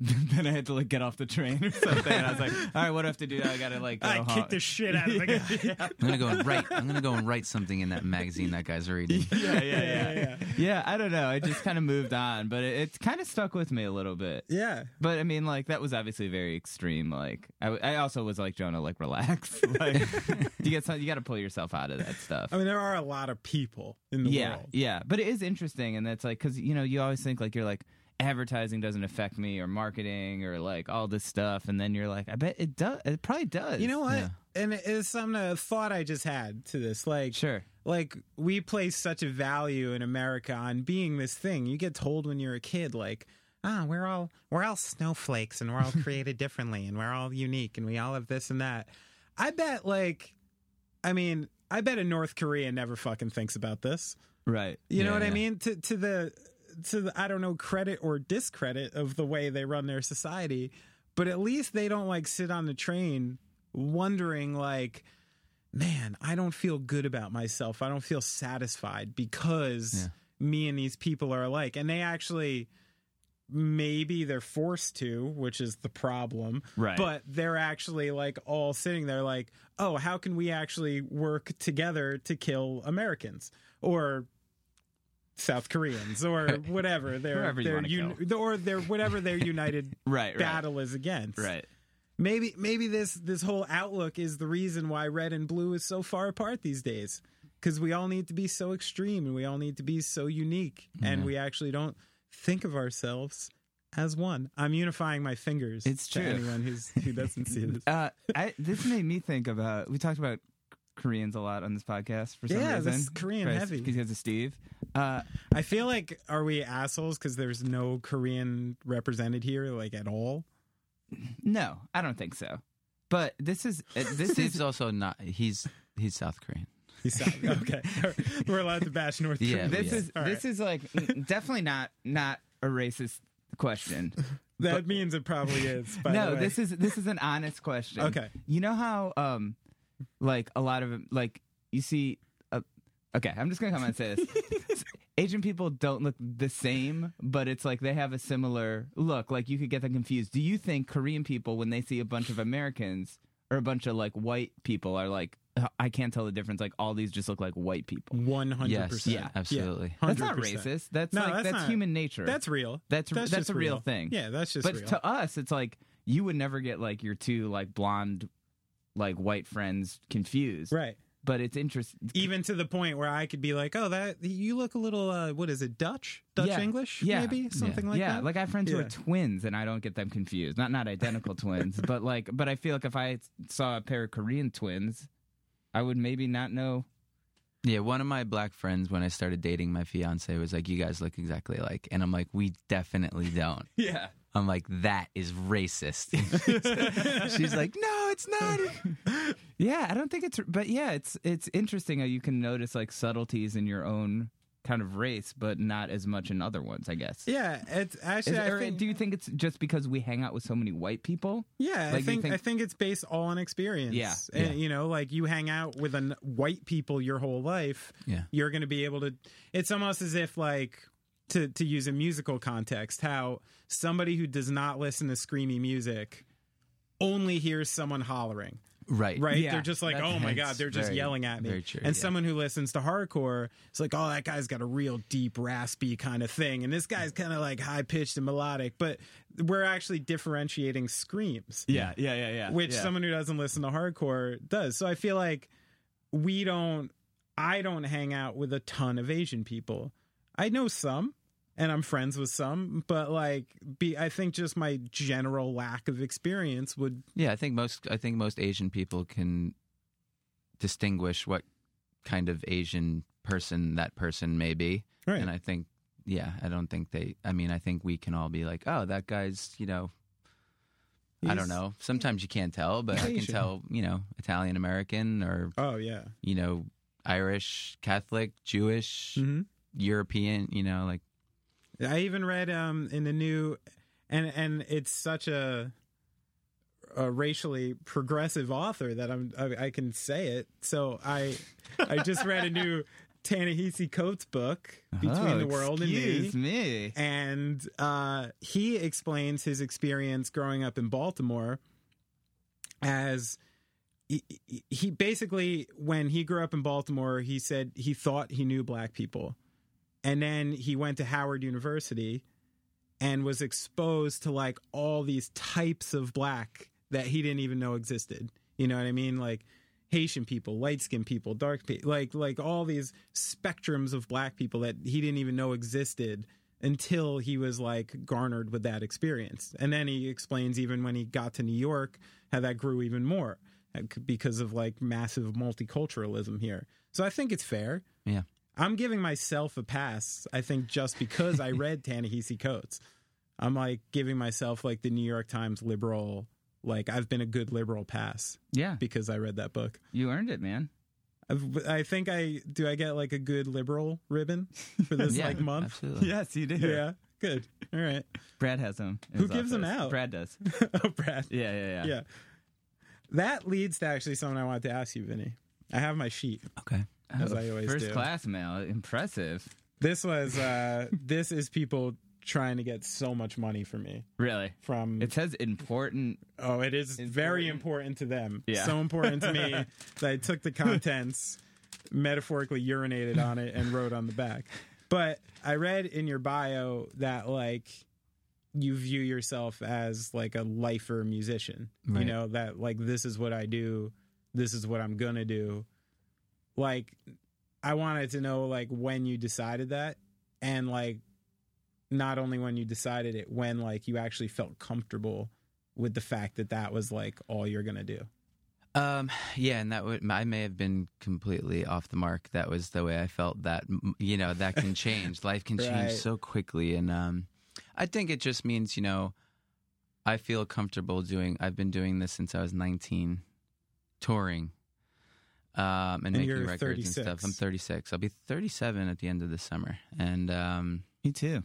S1: [laughs] then I had to like get off the train or something. And I was
S4: [laughs]
S1: like, "All right, what do I have to do? I gotta like." Go
S4: I
S1: home.
S4: kicked the shit out of
S1: [laughs]
S4: the guy. yeah,
S5: I'm gonna go and write. I'm gonna go and write something in that magazine that guy's
S4: [laughs]
S5: reading.
S1: yeah, yeah, yeah.
S4: yeah, yeah.
S1: yeah, I don't know. I just
S4: [laughs]
S1: kind of moved on, but it, it kind of stuck with me a little bit.
S4: Yeah.
S1: But I mean, like that was obviously very extreme. Like I, w- I also was like Jonah, like relax. [laughs] Like you get some, you got to pull yourself out of that stuff.
S4: I mean, there are a lot of people in the
S1: yeah,
S4: world.
S1: yeah. But it is interesting, and that's like because you know you always think like you're like advertising doesn't affect me or marketing or like all this stuff, and then you're like, I bet it does. It probably does.
S4: You know what?
S5: Yeah.
S4: And it- it's some a thought I just had to this. Like,
S1: Sure.
S4: like we place such a value in America on being this thing. You get told when you're a kid, like, ah, we're all we're all snowflakes and we're all created differently and we're all unique and we all have this and that. I bet, like, I mean, I bet a North Korea never fucking thinks about this.
S1: Right.
S4: You know
S5: Yeah,
S4: what I
S5: yeah.
S4: mean? To to the to the I don't know credit or discredit of the way they run their society, but at least they don't like sit on the train wondering like man i don't feel good about myself i don't feel satisfied because me and these people are alike and they actually maybe they're forced to which is the problem
S1: Right.
S4: but they're actually like all sitting there like oh how can we actually work together to kill americans or south
S1: [laughs]
S4: koreans or whatever they're,
S1: Whoever you
S4: they're
S1: wanna
S4: or they're
S1: [laughs]
S4: whatever their united
S1: Right, right.
S4: battle is against
S1: Right.
S4: maybe maybe this this whole outlook is the reason why red and blue is so far apart these days because we all need to be so extreme and we all need to be so unique and we actually don't think of ourselves as one i'm unifying my fingers
S1: It's
S4: to
S1: true.
S4: anyone who's who doesn't see
S1: [laughs]
S4: this
S1: Uh, I, this made me think about. We talked about Koreans a lot on this podcast for some
S4: Yeah,
S1: reason.
S4: this is Korean heavy.
S1: because of Steve. Uh,
S4: i feel like are we assholes because there's no korean represented here like at all
S1: no, I don't think so. But this is uh,
S4: [laughs]
S1: this
S5: Steve's
S1: is
S5: also not. He's he's South Korean.
S1: [laughs]
S4: He's South- okay [laughs] we're allowed to bash north
S5: Yeah,
S4: korea
S1: this
S5: yeah.
S1: is
S4: All
S1: this
S4: right.
S1: is like n- definitely not not a racist question.
S4: that means it probably is by
S1: no,
S4: the way.
S1: this is this is an honest question.
S4: Okay.
S1: You know how um like a lot of like you see uh, okay, I'm just going to come and say
S4: [laughs]
S1: this. Asian people don't look the same, but it's like they have a similar look. Like you could get them confused. Do you think Korean people when they see a bunch of Americans or a bunch of like white people are like "Ugh, I can't tell the difference. Like all these just look like white people.
S4: 100%
S5: Yes, yeah, absolutely.
S1: That's not
S4: 100%.
S1: racist. That's
S4: No,
S1: like
S4: that's
S1: that's,
S4: not-
S1: human nature.
S4: That's real.
S1: That's- that's
S4: just
S1: a real thing.
S4: Yeah, that's just
S1: but
S4: real.
S1: to us it's like you would never get like your two like blonde like white friends confused
S4: right.
S1: but it's interesting
S4: Even to the point where I could be like, "Oh, that you look a little uh, what is it? Dutch? Dutch
S1: Yeah.
S4: English?
S1: Yeah.
S4: Maybe something like
S1: yeah
S4: that."
S1: like i have friends who
S4: Yeah.
S1: are twins and i don't get them confused not not identical twins but like but i feel like if i saw a pair of korean twins i would maybe not know
S5: Yeah, one of my black friends when I started dating my fiance was like, "You guys look exactly alike," and I'm like, "We definitely don't."
S4: [laughs]
S1: yeah
S5: I'm like, "That is racist." She's like, "No, it's not."
S1: [laughs] yeah i don't think it's but yeah it's it's interesting how you can notice like subtleties in your own kind of race but not as much in other ones i guess
S4: yeah, it's
S1: Is-
S4: actually. I
S1: or
S4: think,
S1: do you think it's just because we hang out with so many white people?
S4: yeah,
S1: like,
S4: I
S1: you
S4: think,
S1: think-
S4: I think it's based all on experience.
S1: Yeah,
S4: and,
S5: yeah.
S4: you know, like you hang out with an, white people your whole life,
S5: Yeah.
S4: you're going to be able to. It's almost as if like. To, to use a musical context, how somebody who does not listen to screamy music only hears someone hollering.
S5: Right.
S4: right?
S1: Yeah,
S4: they're just like,
S5: that-
S4: oh my
S5: that's
S4: god, they're just
S5: very-
S4: yelling at me.
S5: very true,
S4: and
S5: yeah.
S4: someone who listens to hardcore, it's like, oh, that guy's got a real deep, raspy kind of thing, and this guy's kind of like high pitched and melodic. But we're actually differentiating screams,
S1: Yeah, yeah, yeah, yeah.
S4: which someone who doesn't listen to hardcore does. So I feel like we don't, I don't hang out with a ton of Asian people. I know some. And I'm friends with some, but like, be I think just my general lack of experience would
S5: Yeah, I think most I think most Asian people can distinguish what kind of Asian person that person may be.
S4: Right.
S5: And I think yeah, I don't think they I mean, I think we can all be like, "Oh, that guy's, you know, I don't
S4: He's-
S5: know. Sometimes you can't tell, but I can
S4: Asian.
S5: tell, you know, Italian American or,
S4: Oh yeah,
S5: you know, Irish, Catholic, Jewish,
S4: hmm
S5: European, you know, like
S4: I even read um in the new and and it's such a a racially progressive author that I'm I, I can say it. So I I just read a new Ta-Nehisi Coates book
S5: Oh,
S4: Between the World and Me.
S1: excuse me.
S4: And uh, he explains his experience growing up in Baltimore as he, he- he basically, when he grew up in Baltimore, he said he thought he knew black people. And then he went to Howard University and was exposed to like all these types of black that he didn't even know existed. You know what I mean? Like Haitian people, light skinned people, dark people, like like all these spectrums of black people that he didn't even know existed until he was like garnered with that experience. And then he explains even when he got to New York how that grew even more like, because of like massive multiculturalism here. So I think it's fair.
S5: Yeah.
S4: I'm giving myself a pass, I think, just because I read Tanahisi Coates. I'm like giving myself like the New York Times liberal, like I've been a good liberal pass
S1: Yeah,
S4: because I read that book.
S1: you earned it,
S4: [laughs]
S1: man.
S4: I've, I think I do. I get like a good liberal ribbon
S5: [laughs]
S4: for this
S5: yeah,
S4: like month.
S5: Absolutely.
S1: Yes, you did.
S4: Yeah, good. All right. [laughs]
S1: Brad has them. in
S4: Who
S1: his
S4: gives them
S1: office.
S4: out?
S1: Brad does.
S4: oh, Brad. [laughs]
S1: Yeah, yeah, yeah.
S4: Yeah. That leads to actually something I wanted to ask you, Vinny. I have my sheet
S1: Okay.
S4: as I always
S1: Oh, First
S4: do.
S1: class mail. Impressive.
S4: This was uh [laughs] this is people trying to get so much money from me
S1: Really?
S4: from
S1: It says important.
S4: oh it is very important to them
S1: Yeah.
S4: so important to me that i took the contents metaphorically urinated on it and wrote on the back but i read in your bio that like you view yourself as like a lifer musician you
S5: Right.
S4: know that like this is what i do this is what i'm gonna do like i wanted to know like when you decided that and like not only when you decided it when like you actually felt comfortable with the fact that that was like all you're gonna do
S5: Um, yeah, and that would I may have been completely off the mark. That was the way I felt. That m- you know that can
S4: [laughs]
S5: change. Life can
S4: Right.
S5: change so quickly, and um, I think it just means you know, I feel comfortable doing. I've been doing this since I was 19, touring, um, and, making
S4: you're
S5: records and stuff.
S4: 36.
S5: I'm 36. I'll be 37 at the end of the summer, and um,
S1: Me too.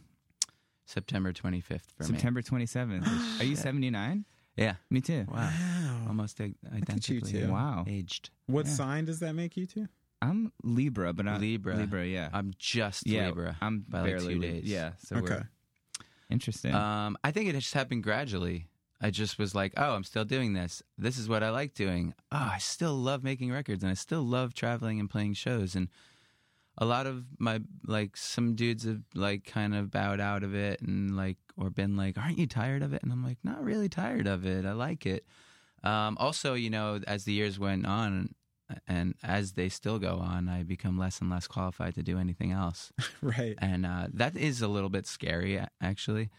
S5: September 25th for me.
S1: September
S5: [gasps]
S1: 27th. Are you 79?
S5: Yeah,
S1: Me too.
S5: wow, Um,
S4: wow
S5: almost i-
S4: at you
S5: identically
S4: two.
S1: Wow.
S5: aged.
S4: what
S1: Yeah.
S4: sign does that make you to [laughs]
S1: I'm Libra, but I'm
S5: Libra.
S1: Libra, yeah.
S5: I'm just
S1: yeah,
S5: Libra.
S1: I'm
S5: by like
S1: barely
S5: two
S1: Lib-
S5: days.
S1: Yeah, so
S4: okay
S1: we're interesting.
S5: Um, I think it just happened gradually. I just was like, oh, I'm still doing this. This is what I like doing. Oh, I still love making records and I still love traveling and playing shows. And a lot of my, like, some dudes have, like, kind of bowed out of it and, like, or been like, aren't you tired of it? And I'm like, not really tired of it. I like it. Um, also, you know, as the years went on and as they still go on, I become less and less qualified to do anything else
S4: right
S5: and uh, that is a little bit scary a- actually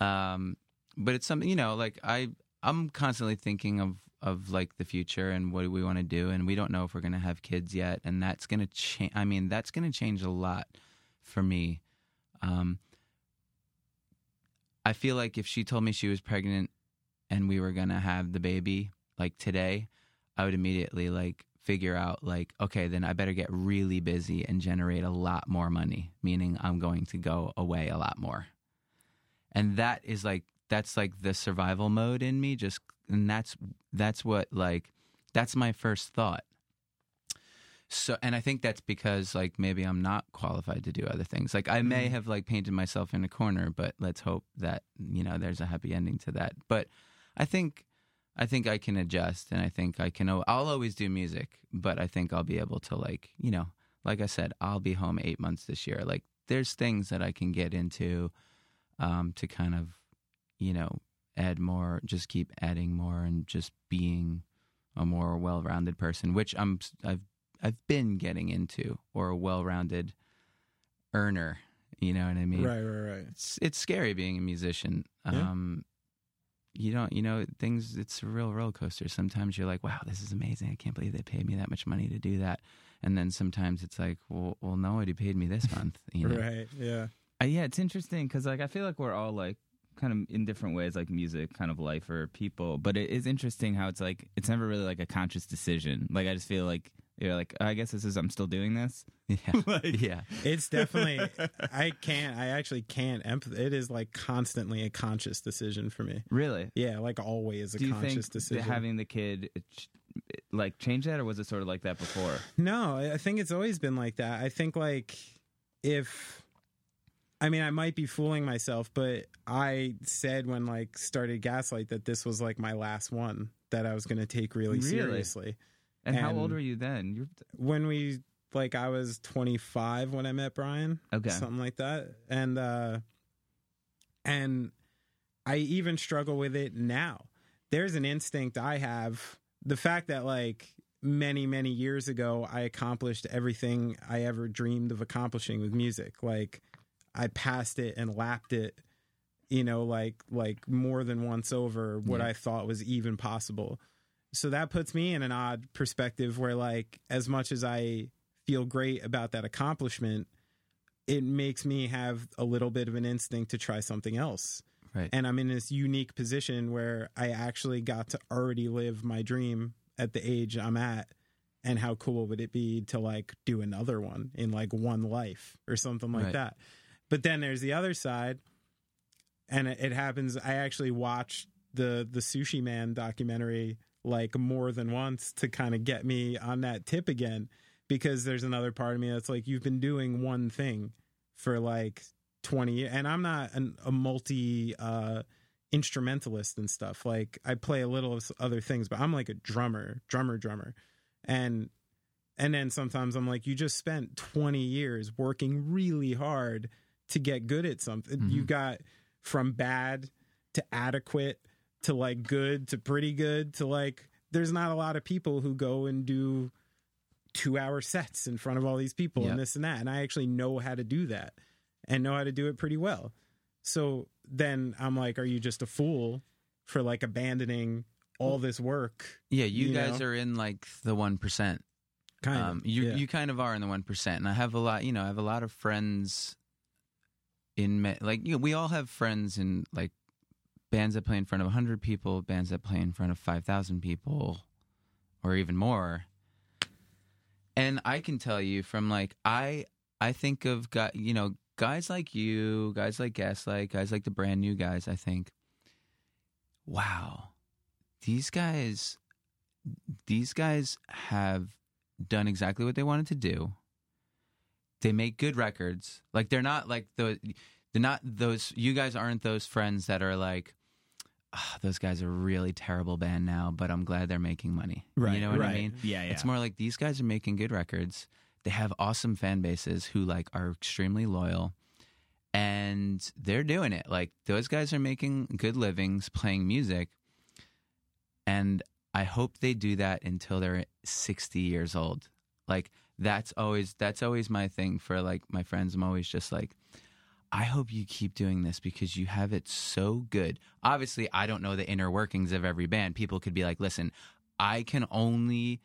S5: um, but it's something you know like i i'm constantly thinking of of like the future and what do we want to do and we don't know if we're going to have kids yet and that's going to change i mean that's going to change a lot for me um, i feel like if she told me she was pregnant and we were going to have the baby like today i would immediately like figure out like okay then i better get really busy and generate a lot more money meaning i'm going to go away a lot more and that is like that's like the survival mode in me just and that's that's what like that's my first thought so and i think that's because like maybe i'm not qualified to do other things like i may have like painted myself in a corner but let's hope that you know there's a happy ending to that but i think i think i can adjust and i think i can i'll always do music but i think i'll be able to like you know like i said i'll be home eight months this year like there's things that i can get into um, to kind of, you know, add more, just keep adding more, and just being a more well-rounded person, which I'm I've I've been getting into, or a well-rounded earner. You know what I mean?
S4: right right right
S5: It's it's scary being a musician.
S4: Yeah.
S5: Um, you don't, you know, things. It's a real roller coaster. Sometimes you're like, "Wow, this is amazing! I can't believe they paid me that much money to do that." And then sometimes it's like, "Well, well, nobody paid me this month." You know?
S4: [laughs] right yeah
S1: Uh, yeah, it's interesting because like I feel like we're all like kind of in different ways, like music, kind of life or people. But it is interesting how it's like it's never really like a conscious decision. Like I just feel like you're like "Oh, I guess this is I'm still doing this.
S5: [laughs]
S4: [laughs]
S5: Yeah.
S1: Like-
S5: yeah.
S4: it's definitely i can't i actually can't emp- it is like constantly a conscious decision for me
S1: Really?
S4: yeah like always a
S1: Do you
S4: conscious
S1: think that
S4: decision
S1: having the kid it ch- it, like change that, or was it sort of like that before?
S4: No, I I think it's always been like that. I think like if I mean I might be fooling myself, but I said when like started Gaslight that this was like my last one that I was going to take really,
S1: Really?
S4: seriously.
S1: And, how old
S4: And-
S1: were you then? You're
S4: When we like I was 25 when I met Brian,
S1: okay.
S4: something like that. And uh and I even struggle with it now. There's an instinct I have. The fact that, like, many, many years ago, I accomplished everything I ever dreamed of accomplishing with music. Like, I passed it and lapped it, you know, like, like more than once over what I thought was even possible. So that puts me in an odd perspective where, like, as much as I feel great about that accomplishment, it makes me have a little bit of an instinct to try something else
S5: Right.
S4: and I'm in this unique position where I actually got to already live my dream at the age I'm at. And how cool would it be to like do another one in like one life or something like
S5: Right.
S4: that? But then there's the other side, and it, it happens. I actually watched the the Sushi Man documentary like more than once to kind of get me on that tip again because there's another part of me that's like you've been doing one thing for like 20 and I'm not an, a multi uh instrumentalist and stuff like I play a little of s- other things but I'm like a drummer drummer drummer and and then sometimes I'm like you just spent 20 years working really hard to get good at something you got from bad to adequate to like good to pretty good to like there's not a lot of people who go and do two hour sets in front of all these people
S5: Yep.
S4: and this and that and i actually know how to do that and know how to do it pretty well so then i'm like are you just a fool for like abandoning all this work
S5: Yeah, you,
S4: You
S5: guys
S4: know?
S5: are in like the one percent.
S4: kind
S5: um,
S4: of
S5: you
S4: Yeah.
S5: you kind of are in the one percent, and I have a lot. You know, I have a lot of friends in me- like you know, we all have friends in like bands that play in front of hundred people, bands that play in front of five thousand people, or even more. And I can tell you from like I I think of guy you know guys like you, guys like Gaslight, guys like the brand new guys. I think, wow, these guys, these guys have done exactly what they wanted to do. They make good records. Like they're not like those. They're not those. You guys aren't those friends that are like, "Ah, those guys are really terrible band now, but I'm glad they're making money.
S4: Right,
S5: You know what
S4: right.
S5: I mean?
S1: Yeah, yeah.
S5: It's more like these guys are making good records. They have awesome fan bases who like are extremely loyal and they're doing it. Like those guys are making good livings playing music. And I hope they do that until they're 60 years old. Like that's always that's always my thing for like my friends. I'm always just like I hope you keep doing this because you have it so good. Obviously, I don't know the inner workings of every band. People could be like, "Listen, I can only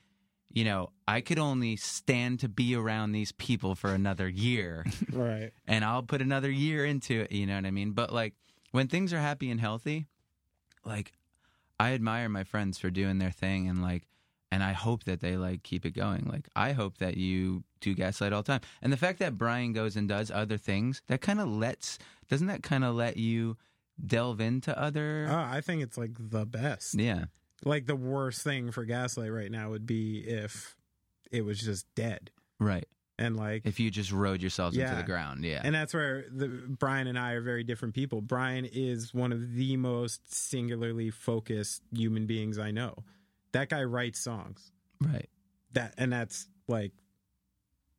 S5: you know, I could only stand to be around these people for another
S4: [laughs]
S5: year
S4: right
S5: and I'll put another year into it. You know what I mean? But like when things are happy and healthy, like I admire my friends for doing their thing and like, and I hope that they like keep it going. Like I hope that you do gaslight all the time. And the fact that Brian goes and does other things, that kind of lets, doesn't that kind of let you delve into other?
S4: oh, i think it's like the best
S5: yeah.
S4: like the worst thing for gaslight right now would be if it was just dead
S5: Right.
S4: and like
S5: If you just rode yourselves into
S4: Yeah.
S5: the ground. Yeah.
S4: And that's where the Brian and I are very different people. Brian is one of the most singularly focused human beings I know. That guy writes songs.
S5: right.
S4: That and that's like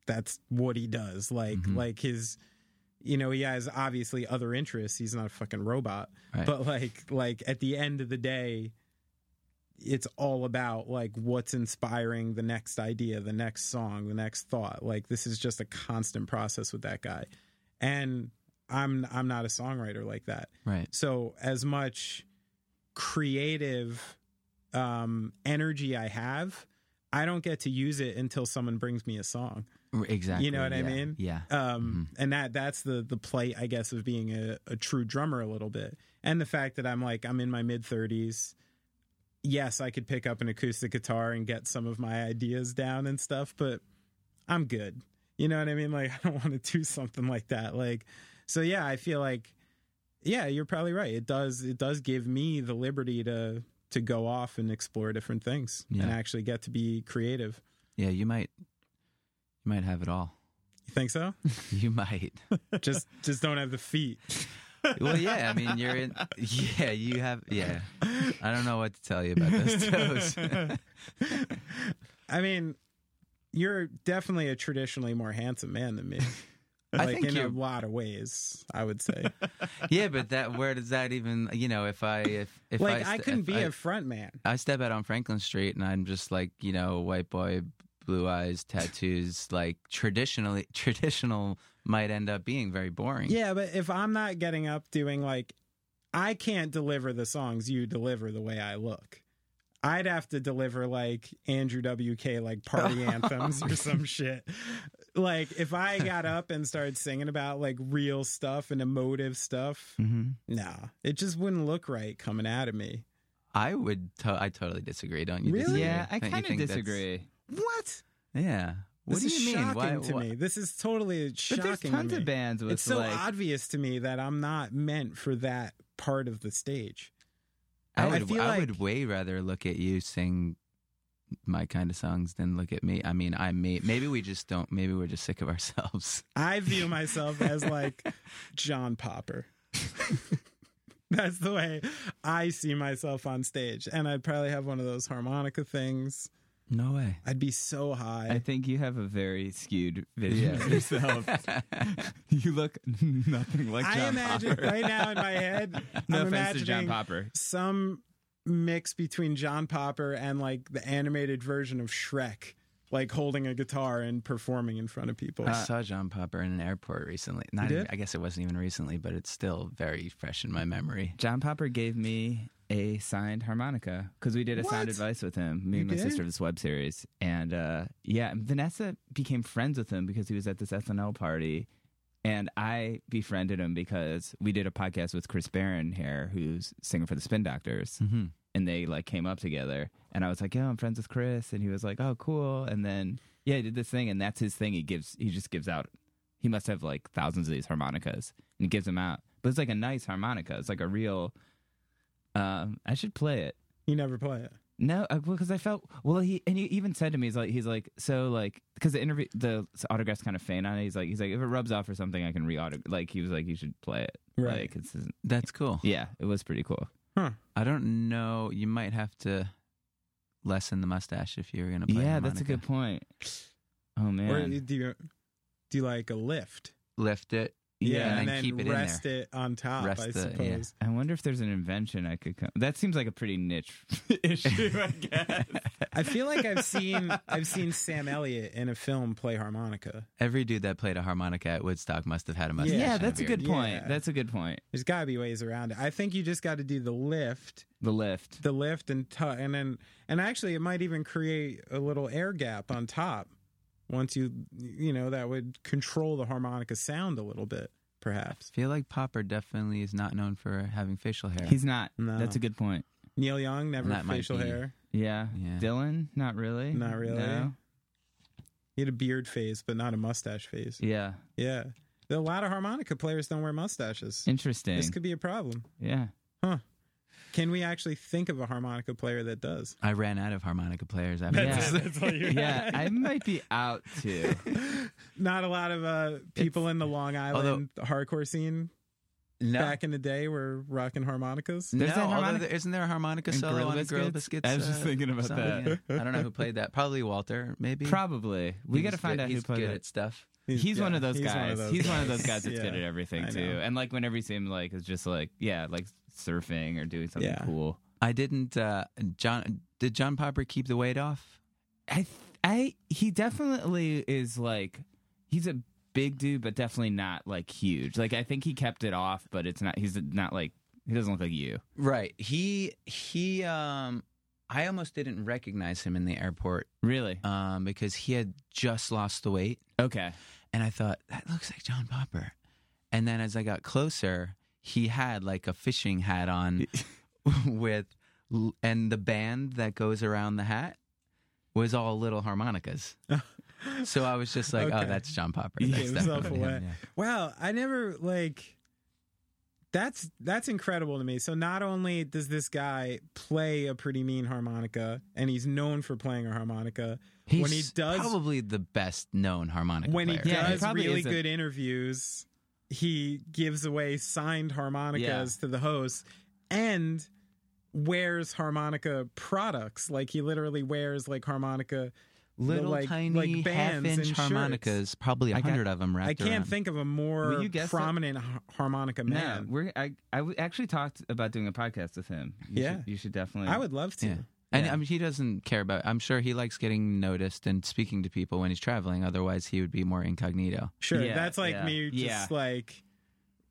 S4: that's what he does. Like
S5: Mhm.
S4: like his you know, he has obviously other interests. He's not a fucking robot.
S5: Right.
S4: But like like at the end of the day it's all about like what's inspiring the next idea, the next song, the next thought. Like this is just a constant process with that guy. And I'm I'm not a songwriter like that.
S5: right.
S4: So as much creative um energy I have, I don't get to use it until someone brings me a song.
S5: Exactly.
S4: what I
S5: yeah.
S4: mean?
S5: Yeah.
S4: Um and that that's the the plight I guess of being a, a true drummer a little bit. And the fact that I'm like I'm in my mid 30s. Yes, I could pick up an acoustic guitar and get some of my ideas down and stuff, but I'm good. You know what I mean? Like [laughs] I don't want to do something like that. Like so yeah, I feel like yeah, you're probably right. It does it does give me the liberty to to go off and explore different things and
S5: Yeah.
S4: actually get to be creative.
S5: Yeah. You might, you might have it all. [laughs]
S4: You think so?
S5: You might.
S4: just just don't have the feet.
S5: Well, yeah. I mean, you're in. Yeah, you have. Yeah. I don't know what to tell you about
S4: [laughs]
S5: those toes. [laughs]
S4: I mean, you're definitely a traditionally more handsome man than me.
S5: [laughs] I
S4: like
S5: think
S4: in a
S5: you're-
S4: lot of ways, I would say.
S5: yeah, but that. Where does that even? You know, if I if [laughs] if
S4: like
S5: I,
S4: I,
S5: st-
S4: couldn't
S5: if
S4: be
S5: I-
S4: a front man.
S5: I step out on Franklin Street and I'm just like you know white boy, blue eyes, tattoos. Like traditionally, [laughs] traditional might end up being very boring.
S4: Yeah, but if I'm not getting up doing like, I can't deliver the songs you deliver the way I look. I'd have to deliver like Andrew WK
S5: [laughs]
S4: like party anthems or some shit. Like if I got up and started singing about like real stuff and emotive stuff,
S5: Mhm.
S4: nah, it just wouldn't look right coming out of me.
S5: I would. To- I totally disagree. Don't you?
S4: Really?
S5: Disagree?
S3: Yeah, I
S5: Don't you
S3: kind of
S5: think that's-
S3: disagree.
S4: What?
S5: Yeah. What
S4: this
S5: do
S4: is
S5: you mean?
S4: Shocking
S5: Why?
S4: to
S5: why-
S4: me. This is totally shocking.
S3: But there's tons
S4: to me.
S3: of bands with
S4: It's so
S3: like
S4: obvious to me that I'm not meant for that part of the stage.
S5: I,
S4: I- I
S5: would, I,
S4: feel like-
S5: would way rather look at you sing my kind of songs than look at me. I mean, I may, maybe we just don't. Maybe we're just sick of [laughs] ourselves.
S4: I view myself as like John Popper. [laughs] That's the way I see myself on stage. And I'd probably have one of those harmonica things.
S5: No way.
S4: I'd be so
S1: I
S5: [laughs]
S4: high.
S1: think you have a very skewed vision
S5: Yeah.
S1: of yourself.
S5: [laughs]
S1: you look nothing like
S4: I,
S1: John
S4: imagine
S1: Popper.
S5: [laughs]
S4: right now in my head,
S1: no offense to
S4: I'm imagining
S1: John Popper.
S4: some mix between John Popper and like the animated version of Shrek, like holding a guitar and performing in front of people.
S5: I saw John Popper in an airport recently. Not
S4: Uh, You
S5: even-
S4: did?
S5: I guess it wasn't even recently, but it's still very fresh in my memory.
S1: John Popper gave me a signed harmonica because we did a
S4: What?
S1: sound advice with him, me and
S4: You
S1: my
S4: did?
S1: sister of this web series. And uh, yeah, Vanessa became friends with him because he was at this SNL party. And I befriended him because we did a podcast with Chris Barron here, who's singing for the Spin Doctors.
S5: Mm-hmm.
S1: And they like came up together. And I was like, yo, I'm friends with Chris. And he was like, oh, cool. And then, yeah, he did this thing. And that's his thing. He gives, he just gives out, he must have like thousands of these harmonicas and he gives them out. But it's like a nice harmonica. It's like a real, um, I should play it.
S4: You never play it.
S1: No, uh, well, because I felt well. He and he even said to me, he's like, he's like, so like, because the interview, the autograph's kind of faint on it. He's like, he's like, if it rubs off or something, I can re Like he was like, you should play it.
S4: Right.
S1: Like it's isn't-
S5: That's cool.
S1: yeah, it was pretty cool.
S5: I don't know. You might have to lessen the mustache if you're going to play.
S1: yeah, that's a
S5: harmonica.
S1: good point. Oh
S4: Or
S1: man,
S4: do you do you like a lift?
S5: Lift it.
S1: yeah.
S5: and
S4: and
S5: then
S4: then
S5: keep it in
S4: rest it on top.
S5: Rest
S4: I
S5: it, yeah.
S4: suppose.
S1: I wonder if there's an invention I could come. That seems like a pretty niche [laughs] issue. I guess.
S4: I feel like I've seen [laughs] I've seen Sam Elliott in a film play harmonica.
S5: Every dude that played a harmonica at Woodstock must have had a mustache.
S1: yeah,
S5: and
S1: that's a
S5: beard.
S1: good point.
S4: Yeah.
S1: That's a good point.
S4: There's got to be ways around it. I think you just got to do the lift,
S1: The lift.
S4: the lift, and tu- and then and actually, it might even create a little air gap on top. Once you you know that would control the harmonica sound a little bit, perhaps.
S5: I feel like Popper definitely is not known for having facial hair.
S1: He's not.
S4: No.
S1: That's a good point.
S4: Neil Young never
S5: That might
S4: facial
S5: be-
S4: hair.
S1: Yeah.
S5: Yeah.
S1: Dylan, not really.
S4: Not really.
S1: No.
S4: He had a beard phase, but not a mustache phase.
S1: Yeah.
S4: Yeah, a lot of harmonica players don't wear mustaches.
S1: Interesting.
S4: This could be a problem.
S1: yeah.
S4: Can we actually think of a harmonica player that does? [laughs]
S5: I ran out of harmonica players after
S1: Yeah.
S5: this.
S4: all
S2: [laughs]
S4: you
S1: Yeah, I might be out too.
S4: Not a lot of uh, people in the Long Island hardcore scene
S5: No.
S4: back in the day were rocking harmonicas.
S1: There's
S5: no,
S1: that
S5: although
S1: harmonica-
S5: there- isn't there a harmonica
S1: And
S5: solo
S1: Gorilla
S5: on a Gorilla
S1: Biscuits?
S5: Biscuits? Uh,
S1: I was just thinking about
S5: song?
S1: that.
S5: Yeah. I don't know who played that. Probably Walter, maybe.
S1: Probably. We
S5: He's
S1: got to find
S5: good-
S1: out
S5: he's
S1: who played
S5: good
S1: it.
S5: at stuff.
S1: He's, one of those
S4: he's
S1: guys.
S4: one of those
S1: he's one of those
S4: guys.
S1: guys that's good
S4: Yeah.
S1: at everything
S4: I
S1: too.
S4: know.
S1: And like whenever you see him, like it's just like yeah, like surfing or doing something
S4: Yeah.
S1: cool.
S5: I didn't. Uh, John did John Popper keep the weight off?
S1: I, th- I, he definitely is like, he's a big dude, but definitely not like huge. Like I think he kept it off, but it's not. He's not like he doesn't look like you.
S5: Right. He he. Um, I almost didn't recognize him in the airport
S1: Really?
S5: um, because he had just lost the weight,
S1: Okay.
S5: and I thought that looks like John Popper. And then as I got closer, he had like a fishing hat
S4: [laughs]
S5: on, with l- and the band that goes around the hat was all little harmonicas. so I was just like, oh,
S4: Okay.
S5: that's John Popper.
S4: He
S5: That's
S4: gave himself
S5: definitely him,
S4: away.
S5: yeah.
S4: Wow, I never like. That's that's incredible to me. So not only does this guy play a pretty mean harmonica, and he's known for playing a harmonica,
S5: He's
S4: when he does
S5: probably the best known harmonica
S4: when he
S5: player.
S1: Yeah, he
S4: does
S1: probably
S4: really
S1: is a-
S4: good interviews, he gives away signed harmonicas to the host and wears harmonica products. Like he literally wears like harmonica.
S5: little
S4: like-
S5: tiny
S4: like bands and
S5: half-inch
S4: shirts.
S5: harmonicas, probably a
S1: I got-
S5: hundred of them wrapped
S4: I can't
S5: around.
S4: think of a more
S1: you guess that?
S4: prominent har- harmonica
S1: No,
S4: man.
S1: we're I I w- actually talked about doing a podcast with him. You
S4: Yeah.
S1: should, you should definitely.
S4: I would love to.
S5: Yeah. And
S1: Yeah.
S5: I mean, he doesn't care about. I'm sure he likes getting noticed and speaking to people when he's traveling. Otherwise, he would be more incognito.
S4: Sure,
S1: Yeah,
S4: that's like
S1: yeah,
S4: me just
S1: yeah.
S4: like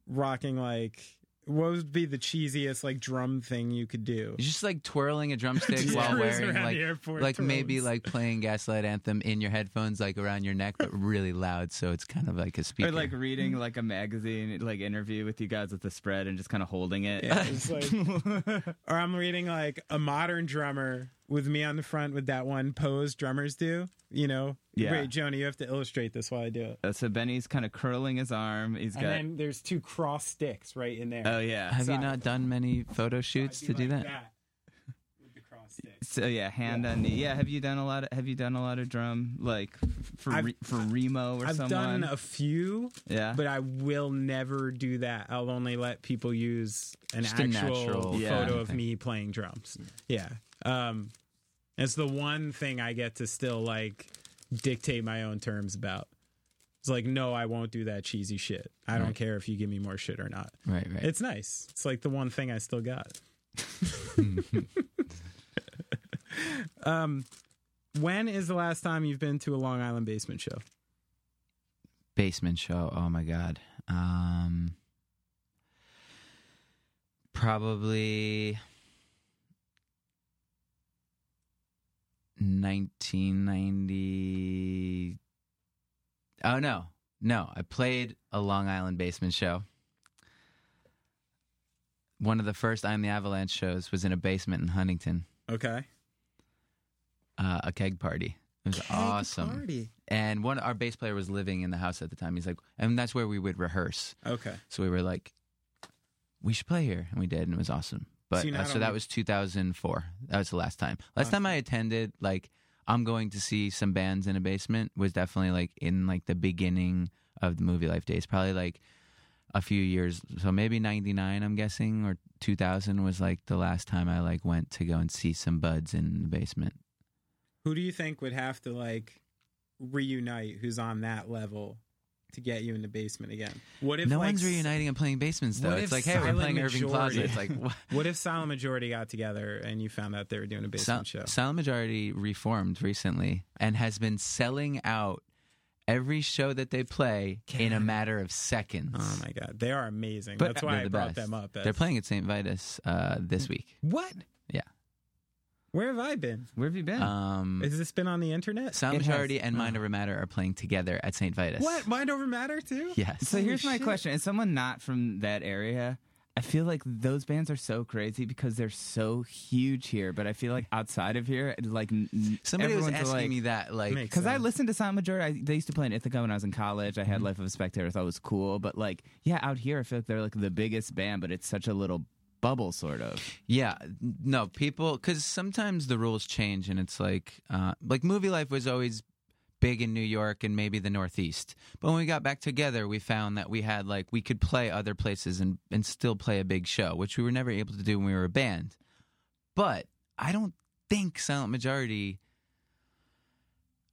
S4: rocking like what would be the cheesiest like drum thing you could do?
S5: He's just like twirling a drumstick
S4: [laughs] Just
S5: while
S4: cruise
S5: wearing
S4: around
S5: like,
S4: the airport
S5: like
S4: twirling.
S5: maybe like playing Gaslight Anthem in your headphones, like around your neck, but really loud, so it's kind of like a speaker.
S1: Or like reading like a magazine like interview with you guys with the spread and just kind of holding it.
S4: Yeah, it's like, or I'm reading like a modern drummer with me on the front with that one pose drummers do. You know,
S1: Yeah.
S4: wait, Joni, you have to illustrate this while I do it.
S1: Uh, So Benny's kind of curling his arm. He's
S4: And
S1: got.
S4: then there's two cross sticks right in there.
S1: oh yeah.
S5: Have you not done many photo shoots to do that?
S1: So yeah, hand on knee. Yeah, have you done a lot? Of, have you done a lot of drum like f- for
S4: I've-
S1: re, for Remo or
S4: I've
S1: someone?
S4: done a few,
S1: yeah,
S4: but I will never do that. I'll only let people use an
S5: Just a
S4: actual
S5: natural
S1: Yeah.
S4: photo of
S5: thing.
S4: me playing drums. Yeah. Um, it's the one thing I get to still like dictate my own terms about. It's like, no, I won't do that cheesy shit. I don't
S5: Right.
S4: care if you give me more shit or not.
S5: Right, right.
S4: It's nice. It's like the one thing I still got.
S5: [laughs]
S4: um, when is the last time you've been to a Long Island basement show?
S5: basement show. Oh my god. Um probably 1990 Oh no. No, I played a Long Island basement show. One of the first I'm the Avalanche shows was in a basement in Huntington,
S4: Okay.
S5: uh, a keg party. It was awesome.
S4: Party.
S5: And one our bass player was living in the house at the time. He's like, and that's where we would rehearse.
S4: Okay.
S5: So we were like, we should play here, and we did, and it was awesome. But
S4: See, now
S5: uh,
S4: I
S5: so
S4: don't
S5: that
S4: like-
S5: was 2004. That was the last time. Last time I attended, like, I'm going to see some bands in a basement was definitely like in like the beginning of the movie life days. Probably like a few years, so maybe 99, I'm guessing, or 2000 was like the last time I like went to go and see some buds in the basement.
S4: Who do you think would have to like reunite who's on that level to get you in the basement again? What if
S5: no
S4: like,
S5: one's
S4: s-
S5: reuniting and playing basements though.
S4: What
S5: It's
S4: if
S5: like, hey, we're
S4: Silent
S5: playing Irving Plaza.
S4: Majority-
S5: It's like, [laughs] what?
S4: [laughs] What if Silent Majority got together and you found out they were doing a basement
S5: Sil-
S4: show?
S5: Silent Majority reformed recently and has been selling out every show that they play in a matter of seconds.
S4: Oh my god, they are amazing.
S5: But
S4: That's why
S5: they're
S4: I
S5: the
S4: brought
S5: best.
S4: them up.
S5: They're playing at St. Vitus uh, this week.
S4: What?
S5: Yeah.
S4: Where have I been?
S3: Where have you been?
S5: Um,
S4: Has this been on the internet?
S5: Silent
S1: it has-
S5: Majority and Mind Over Matter are playing together at St. Vitus.
S4: What? Mind over matter too?
S5: Yes.
S1: So here's my
S4: shit.
S1: question: As someone not from that area, I feel like those bands are so crazy because they're so huge here. But I feel like outside of here, like n-
S5: Somebody was
S1: everyone's
S5: asking
S1: like,
S5: me that, like,
S4: Makes
S1: Because I
S4: sense.
S1: listened to Silent Majority. I, they used to play in Ithaca when I was in college. I had Life of a Spectator. I thought it was cool. But, like, yeah, out here, I feel like they're, like, the biggest band, but it's such a little bubble, sort of.
S5: Yeah, no, people, because sometimes the rules change, and it's like, uh, like movie life was always big in New York and maybe the Northeast. But when we got back together, we found that we had like we could play other places and and still play a big show, which we were never able to do when we were a band. But I don't think Silent Majority.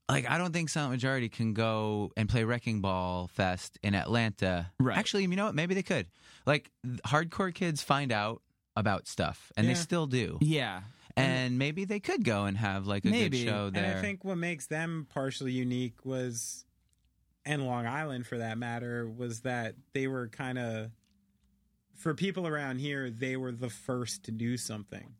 S5: Like I don't think Silent Majority can go and play Wrecking Ball Fest in Atlanta.
S1: Right.
S5: Actually, you know what? Maybe they could. Like th- hardcore kids find out about stuff, and they
S4: Yeah.
S5: still do.
S1: Yeah.
S5: And maybe they could go and have like a
S1: Maybe.
S5: good show there.
S4: And I think what makes them partially unique was, and Long Island for that matter, was that they were kind of, for people around here, they were the first to do something.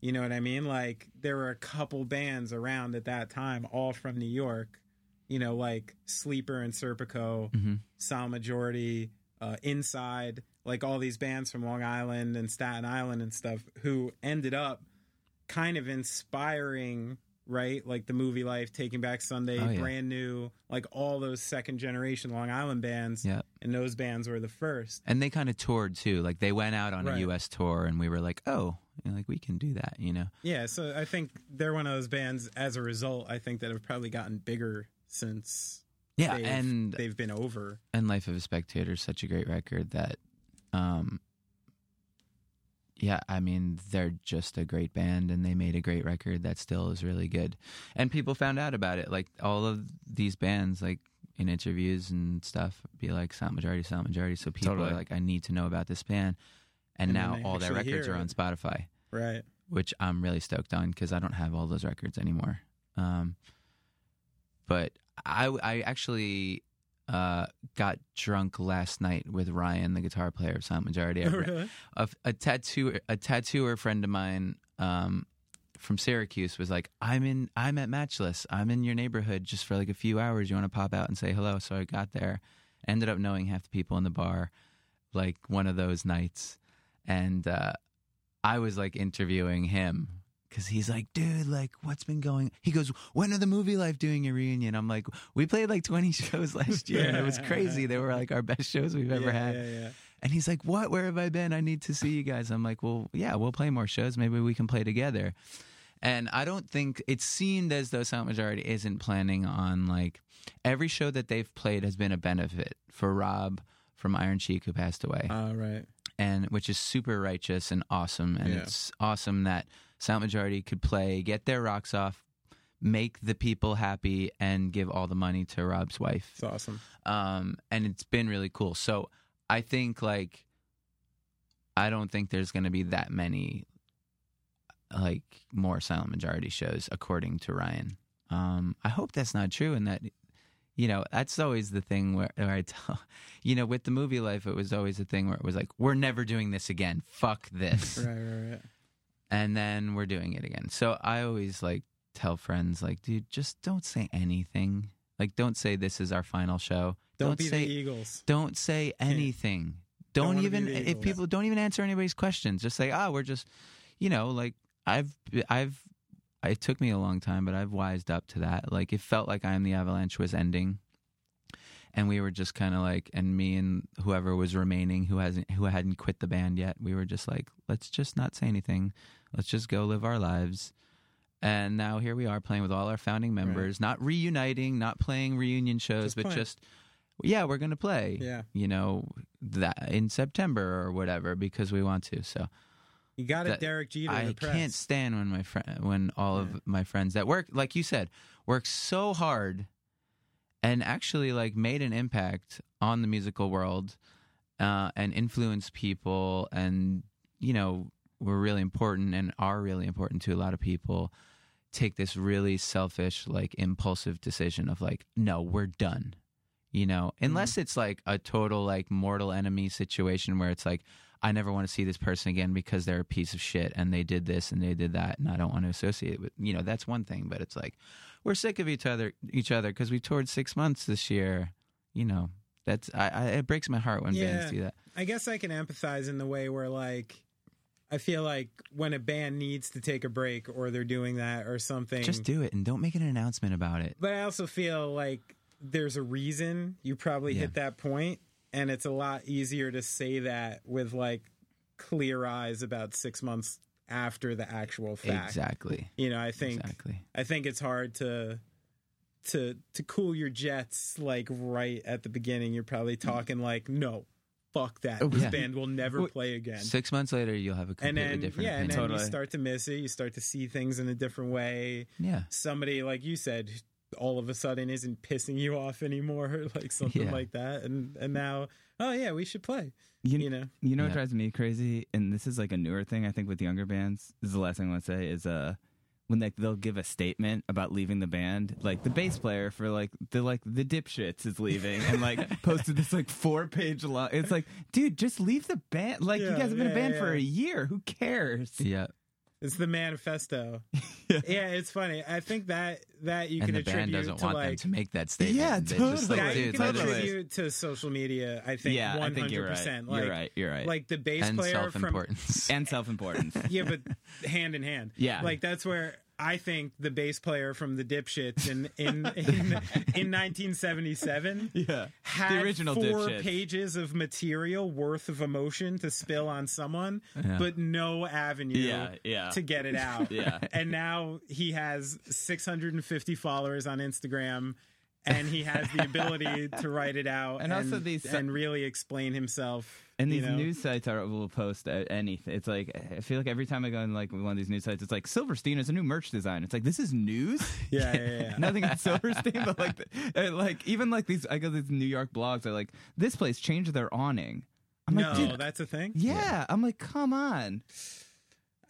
S4: You know what I mean? Like, there were a couple bands around at that time, all from New York, you know, like Sleeper and Serpico,
S5: Mhm.
S4: Sound Majority, uh, Inside, like all these bands from Long Island and Staten Island and stuff, who ended up kind of inspiring, right? Like the movie life, Taking Back Sunday,
S5: Oh, yeah.
S4: brand new, like all those second generation Long Island bands.
S5: Yeah.
S4: And those bands were the first.
S5: and they kind of toured too. Like they went out on
S4: Right.
S5: a U.S. tour, and we were like, "Oh, you know, like we can do that," you know.
S4: Yeah. So I think they're one of those bands, as a result, I think that have probably gotten bigger since
S5: Yeah,
S4: they've,
S5: and
S4: they've been over.
S5: and Life of a Spectator is such a great record that, um, yeah, I mean they're just a great band, and they made a great record that still is really good, and people found out about it. Like all of these bands, like in interviews and stuff, be like Sound Majority, Sound Majority. So people
S1: Totally.
S5: are like, "I need to know about this band," and,
S4: And then
S5: now
S4: they
S5: all their
S4: actually
S5: records
S4: hear
S5: are
S4: it.
S5: on Spotify.
S4: Right.
S5: which I'm really stoked on because I don't have all those records anymore. Um, but I, I actually uh, got drunk last night with Ryan, the guitar player of Silent Majority. I re-
S4: [laughs] Really?
S5: a, a tattoo a tattooer friend of mine um, from Syracuse was like, "I'm in I'm at Matchless. I'm in your neighborhood just for like a few hours. You want to pop out and say hello?" So I got there, ended up knowing half the people in the bar, like one of those nights, and uh, I was like interviewing him. Cause he's like, dude, like, what's been going? He goes, when are the movie life doing a reunion? I'm like, we played like 20 [laughs] shows last year, and it was crazy. They were like our best shows we've ever
S4: yeah,
S5: had.
S4: Yeah, yeah.
S5: And he's like, "What? Where have I been? I need to see you guys." I'm like, "Well, yeah, we'll play more shows. Maybe we can play together." And I don't think it's seemed as though Silent Majority isn't planning on like every show that they've played has been a benefit for Rob from Iron Cheek who passed away
S4: All right.
S5: and which is super righteous and awesome. And
S4: Yeah.
S5: it's awesome that Silent Majority could play, get their rocks off, make the people happy, and give all the money to Rob's wife.
S4: It's awesome.
S5: Um, and it's been really cool. So I think like I don't think there's going to be that many like more Silent Majority shows, according to Ryan. Um, I hope that's not true, and that you know that's always the thing where, where I tell [laughs] you know with the movie life, it was always a thing where it was like we're never doing this again. Fuck this,
S4: [laughs] Right, right, right.
S5: and then we're doing it again. So I always like tell friends like, dude, just don't say anything. Like, don't say this is our final show.
S4: Don't, be
S5: say
S4: the Eagles.
S5: don't say anything.
S4: Don't
S5: Don't,
S4: wanna be
S5: even
S4: the
S5: if
S4: Eagles.
S5: people don't even answer anybody's questions. Just say, "Oh, we're just, you know, like I've I've it took me a long time, but I've wised up to that. Like it felt like I am the Avalanche was ending, and we were just kind of like, and me and whoever was remaining who hasn't who hadn't quit the band yet, we were just like, let's just not say anything. Let's just go live our lives. And now here we are playing with all our founding members, not reuniting, not playing reunion shows,
S4: Just
S5: but
S4: playing.
S5: just yeah, we're gonna play.
S4: Yeah.
S5: you know that in September or whatever because we want to. So
S4: You got it,
S5: That-
S4: Derek Jeter.
S5: I
S4: in the press.
S5: can't stand when my friend, when all of my friends that work, like you said, work so hard, and actually like made an impact on the musical world, uh, and influenced people, and you know were really important and are really important to a lot of people. Take this really selfish, like impulsive decision of like, no, we're done. You know, unless
S4: Mm-hmm.
S5: it's like a total like mortal enemy situation where it's like, I never want to see this person again because they're a piece of shit and they did this and they did that and I don't want to associate with you know that's one thing but it's like we're sick of each other each other because we toured six months this year you know that's I, I it breaks my heart when bands
S4: Yeah.
S5: do that
S4: I guess I can empathize in the way where like I feel like when a band needs to take a break or they're doing that or something.
S5: just do it and don't make an announcement about it
S4: but I also feel like there's a reason you probably
S5: Yeah.
S4: hit that point and it's a lot easier to say that with like clear eyes about 6 months after the actual fact.
S5: exactly
S4: You know, I think
S5: exactly
S4: I think it's hard to to to cool your jets like right at the beginning. You're probably talking like, no, fuck that. This
S5: Mm-hmm. Oh, yeah.
S4: band will never play again.
S5: six months later you'll have a
S4: And
S5: completely
S4: then
S5: different
S4: yeah,
S5: opinion.
S4: and then you
S1: Totally.
S4: start to miss it. You start to see things in a different way.
S5: yeah
S4: Somebody like you said, all of a sudden isn't pissing you off anymore, [laughs] or like something
S5: Yeah.
S4: like that. And and now, oh yeah, we should play.
S1: You,
S4: You know,
S1: You know what
S5: Yeah.
S1: drives me crazy, and this is like a newer thing I think with younger bands. This is the last thing I want to say is uh when like they'll give a statement about leaving the band, like the bass player for like the like the dipshits is leaving and [laughs] like posted this like four page long. It's like, dude, just leave the band. Like you
S4: Yeah,
S1: guys have been
S4: yeah,
S1: a band for
S4: yeah.
S1: a year. Who cares?
S5: yeah
S4: it's
S5: [laughs]
S4: the manifesto.
S1: Yeah.
S4: yeah, it's funny. I think that that you
S5: and
S4: can
S5: the band
S4: attribute
S5: doesn't
S4: to
S5: want
S4: like
S5: them to make that statement
S1: Yeah,
S5: They're just like,
S4: Yeah,
S1: totally.
S4: you
S5: "Dude,
S4: can
S1: totally.
S4: attribute to social media. I think
S1: yeah, I
S4: 100%.
S1: think you're right.
S4: Like,
S1: you're right. You're right.
S4: like the bass
S5: and
S4: player from
S5: self-importance
S1: and self importance.
S4: [laughs]
S1: [laughs]
S4: yeah, but hand in hand.
S1: Yeah.
S4: like that's where I think the bass player from the Dipshits in
S1: [laughs]
S4: in in, in 1977
S1: yeah.
S4: had
S1: The original
S4: four
S1: Dipshits.
S4: pages of material worth of emotion to spill on someone,
S5: Yeah.
S4: but no avenue.
S1: Yeah, yeah.
S4: To get it
S1: [laughs]
S4: out.
S1: Yeah.
S4: And now he has 650 followers on Instagram and he has the
S1: [laughs]
S4: ability to write it out
S1: And also these-
S4: and really explain himself.
S1: And
S4: you
S1: these
S4: know?
S1: news sites are will post uh, anything. It's like I feel like every time I go on like one of these news sites, it's like Silverstein is a new merch design. It's like this is news.
S4: [laughs] Yeah, yeah, yeah.
S1: [laughs] Nothing on Silverstein, but like, uh, like even like these. I go to these New York blogs are like this place changed their awning. I'm
S4: no,
S1: like, dude,
S4: that's a thing.
S1: yeah. I'm like, come on.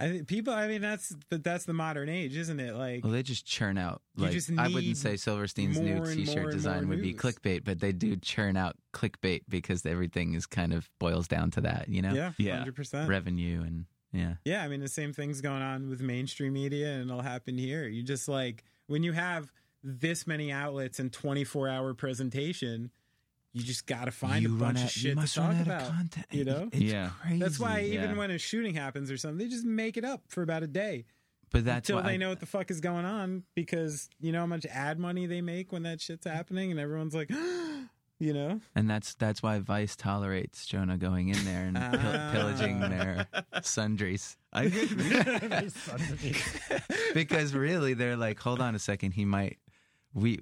S4: I think people. I mean, that's but that's the modern age, isn't it? Like,
S5: Well, they just churn out. Like
S4: just
S5: I
S4: need
S5: wouldn't say Silverstein's
S4: more
S5: new
S4: and
S5: T-shirt
S4: more and
S5: design
S4: more
S5: would be
S4: news.
S5: clickbait, but they do churn out clickbait because everything is kind of boils down to that, you know,
S4: yeah,
S1: Yeah.
S4: hundred percent.
S5: revenue and yeah,
S4: Yeah, I mean, the same thing's going on with mainstream media, and it'll happen here. You just like when you have this many outlets and twenty four hour presentation, you just got to find
S5: you
S4: a
S5: run
S4: bunch
S5: out,
S4: of
S5: you
S4: shit to
S5: must run
S4: talk
S5: out
S4: about.
S5: of content.
S4: you know?
S5: it's
S1: Yeah.
S5: crazy.
S4: That's why even
S1: yeah.
S4: when a shooting happens or something, they just make it up for about a day
S5: but that's
S4: until
S5: why
S4: they
S5: I-
S4: know what the fuck is going on because you know how much ad money they make when that shit's happening, and everyone's like. [gasps] You know,
S5: And that's that's why Vice tolerates Jonah going in there and pil- pillaging
S4: Ah.
S5: their sundries.
S2: sundries.
S5: [laughs] because really, they're like, hold on a second, he might. We,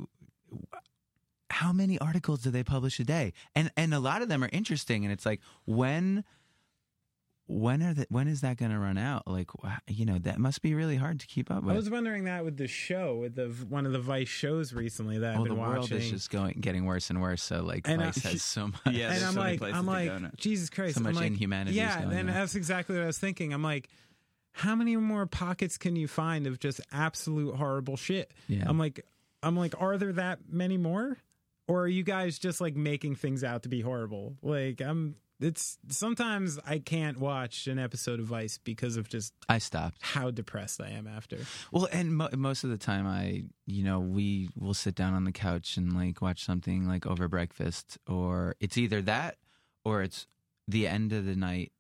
S5: how many articles do they publish a day? And and a lot of them are interesting. And it's like when. When are the, when is that going to run out? Like wh- you know, that must be really hard to keep up
S4: I
S5: with.
S4: was wondering that with the show, with the one of the Vice shows recently that I've
S5: oh,
S4: been
S5: the
S4: watching.
S5: world is just going getting worse and worse. So like
S4: And I-
S5: Vice
S4: [laughs]
S5: has so much.
S7: Yeah,
S4: and
S7: there's
S4: I'm
S7: so many
S4: like,
S7: places
S4: I'm
S7: to
S4: like,
S7: go now.
S4: Jesus Christ,
S5: So much
S4: I'm like,
S5: inhumanity is
S4: Yeah,
S5: going
S4: then
S5: on.
S4: that's exactly what I was thinking. I'm like, how many more pockets can you find of just absolute horrible shit?
S5: Yeah.
S4: I'm like, I'm like, are there that many more, or are you guys just like making things out to be horrible? Like, I'm. It's sometimes I can't watch an episode of Vice because of just
S5: I stopped.
S4: how depressed I am after.
S5: Well, and mo- most of the time, I, you know, we will sit down on the couch and like watch something like over breakfast, or it's either that or it's the end of the night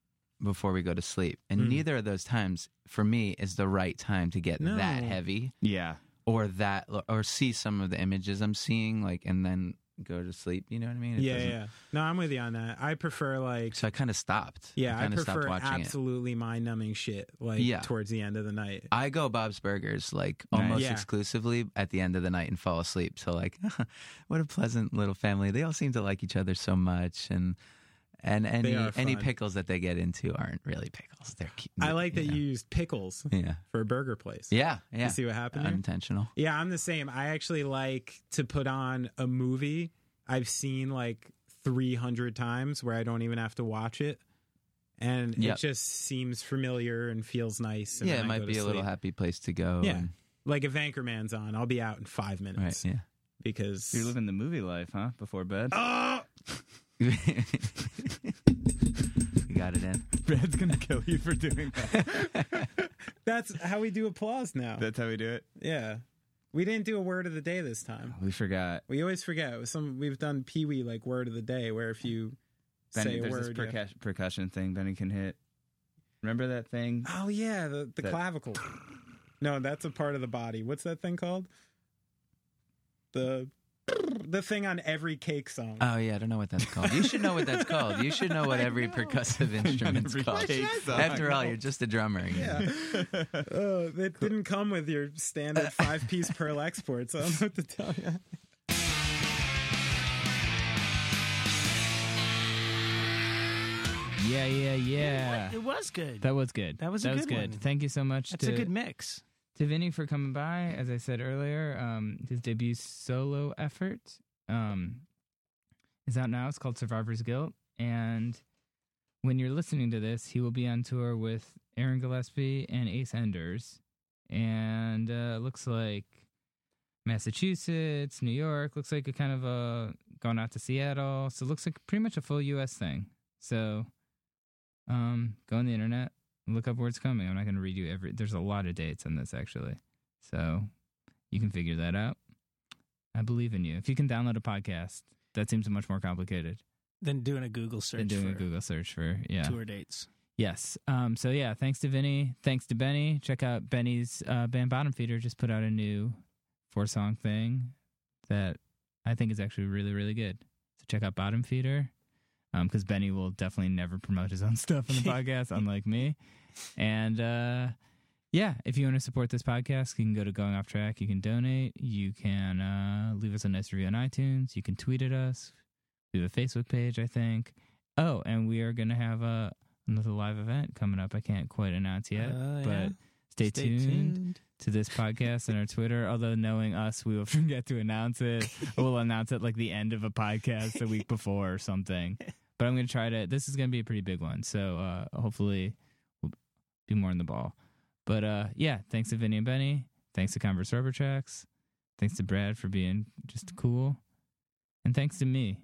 S5: before we go to sleep. And
S4: Mm.
S5: neither of those times for me is the right time to get
S4: No.
S5: that heavy
S7: Yeah.
S5: or that or see some of the images I'm seeing, like, and then go to sleep. You know what I mean? It
S4: Yeah,
S5: doesn't-
S4: yeah. No, I'm with you on that. I prefer like
S5: So I kind of stopped.
S4: yeah, I,
S5: kind of stopped
S4: prefer
S5: watching it.
S4: absolutely mind-numbing shit like
S5: Yeah.
S4: towards the end of the night.
S5: I go Bob's Burgers like
S7: Nice.
S5: almost
S4: Yeah.
S5: exclusively at the end of the night and fall asleep. So like, [laughs] what a pleasant little family. They all seem to like each other so much, and and any
S4: are
S5: any
S4: fun.
S5: pickles that they get into aren't really pickles. They're cute.
S4: I like that
S5: yeah.
S4: you used pickles
S5: Yeah,
S4: for a burger place.
S5: yeah,
S4: You
S5: yeah.
S4: see what happened there?
S5: Unintentional.
S4: Yeah, I'm the same. I actually like to put on a movie I've seen like 300 times where I don't even have to watch it. And
S5: Yep.
S4: it just seems familiar and feels nice. And
S5: yeah,
S4: then
S5: it
S4: I
S5: might
S4: go
S5: be
S4: to
S5: a little
S4: sleep.
S5: happy place to go.
S4: Yeah.
S5: and-
S4: Like if Anchorman's on, I'll be out in five
S5: right.
S4: minutes [laughs]
S5: Yeah.
S4: because [laughs]
S7: You're living the movie life, huh? Before bed.
S4: Oh!
S5: you got it in.
S7: [laughs] Brad's gonna kill you for doing that.
S1: [laughs]
S4: that's how we do applause now.
S7: That's how we do it.
S4: yeah, we didn't do a word of the day this time.
S7: We forgot.
S4: We always forget. It was Some we've done Pee Wee like word of the day, where if you
S7: Benny,
S4: say a
S7: there's this
S4: word, you have-
S7: percussion, percussion thing Benny can hit. Remember that
S4: [gasps]
S7: thing?
S4: Oh yeah, the, the
S7: That-
S4: clavicle. No, that's a part of the body. What's that thing called? The the thing on every cake song.
S5: Oh yeah, I don't know what that's called. You should know what that's called. You should know what every percussive
S4: [laughs]
S5: instrument's called. After all, you're just a drummer. you know.
S4: [laughs] yeah. oh, it didn't come with your standard five piece Pearl export, so I don't know what to tell you.
S1: Yeah, yeah, yeah.
S2: It was good.
S1: That was good.
S2: That was a
S1: that was
S2: good
S1: good.
S2: one.
S1: Thank you so much
S2: That's
S1: to
S2: a good mix.
S1: to Vinny for coming by. As I said earlier, um, his debut solo effort um, is out now. It's called Survivor's Guilt. And when you're listening to this, he will be on tour with Aaron Gillespie and Ace Enders. And uh, looks like Massachusetts, New York, looks like a kind of a gone out to Seattle. So it looks like pretty much a full US thing. So um, go on the internet, look up where it's coming. I'm not going to read you every. There's a lot of dates on this actually, so you can figure that out. I believe in you. If you can download a podcast, that seems much more complicated
S2: Then doing a Google search
S1: than doing
S2: for
S1: a Google search for yeah.
S2: tour dates.
S1: Yes. Um. So yeah, thanks to Vinny. Thanks to Benny. Check out Benny's uh, band Bottom Feeder. Just put out a new four song thing that I think is actually really really good. So check out Bottom Feeder. Um, because Benny will definitely never promote his own [laughs] stuff in the podcast, unlike me. And uh, yeah, if you want to support this podcast, you can go to Going Off Track. You can donate. You can uh, leave us a nice review on iTunes. You can tweet at us. We have a Facebook page, I think. Oh, and we are going to have a, another live event coming up. I can't quite announce yet,
S2: Oh,
S1: but
S2: yeah.
S1: Uh, stay, tuned, to this podcast and our Twitter. Although, knowing us, we will [laughs] forget to announce it. we'll announce it like the end of a podcast the week before or something. But I'm going to try to. This is going to be a pretty big one. So uh, hopefully, we'll be more in the ball. But uh, yeah, thanks to Vinny and Benny. Thanks to Converse Rubber Tracks. Thanks to Brad for being just cool. And thanks to me.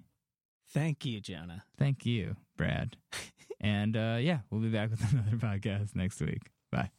S2: Thank you, Jonah.
S1: Thank you, [laughs] Brad. and uh, yeah, we'll be back with another podcast next week. Bye.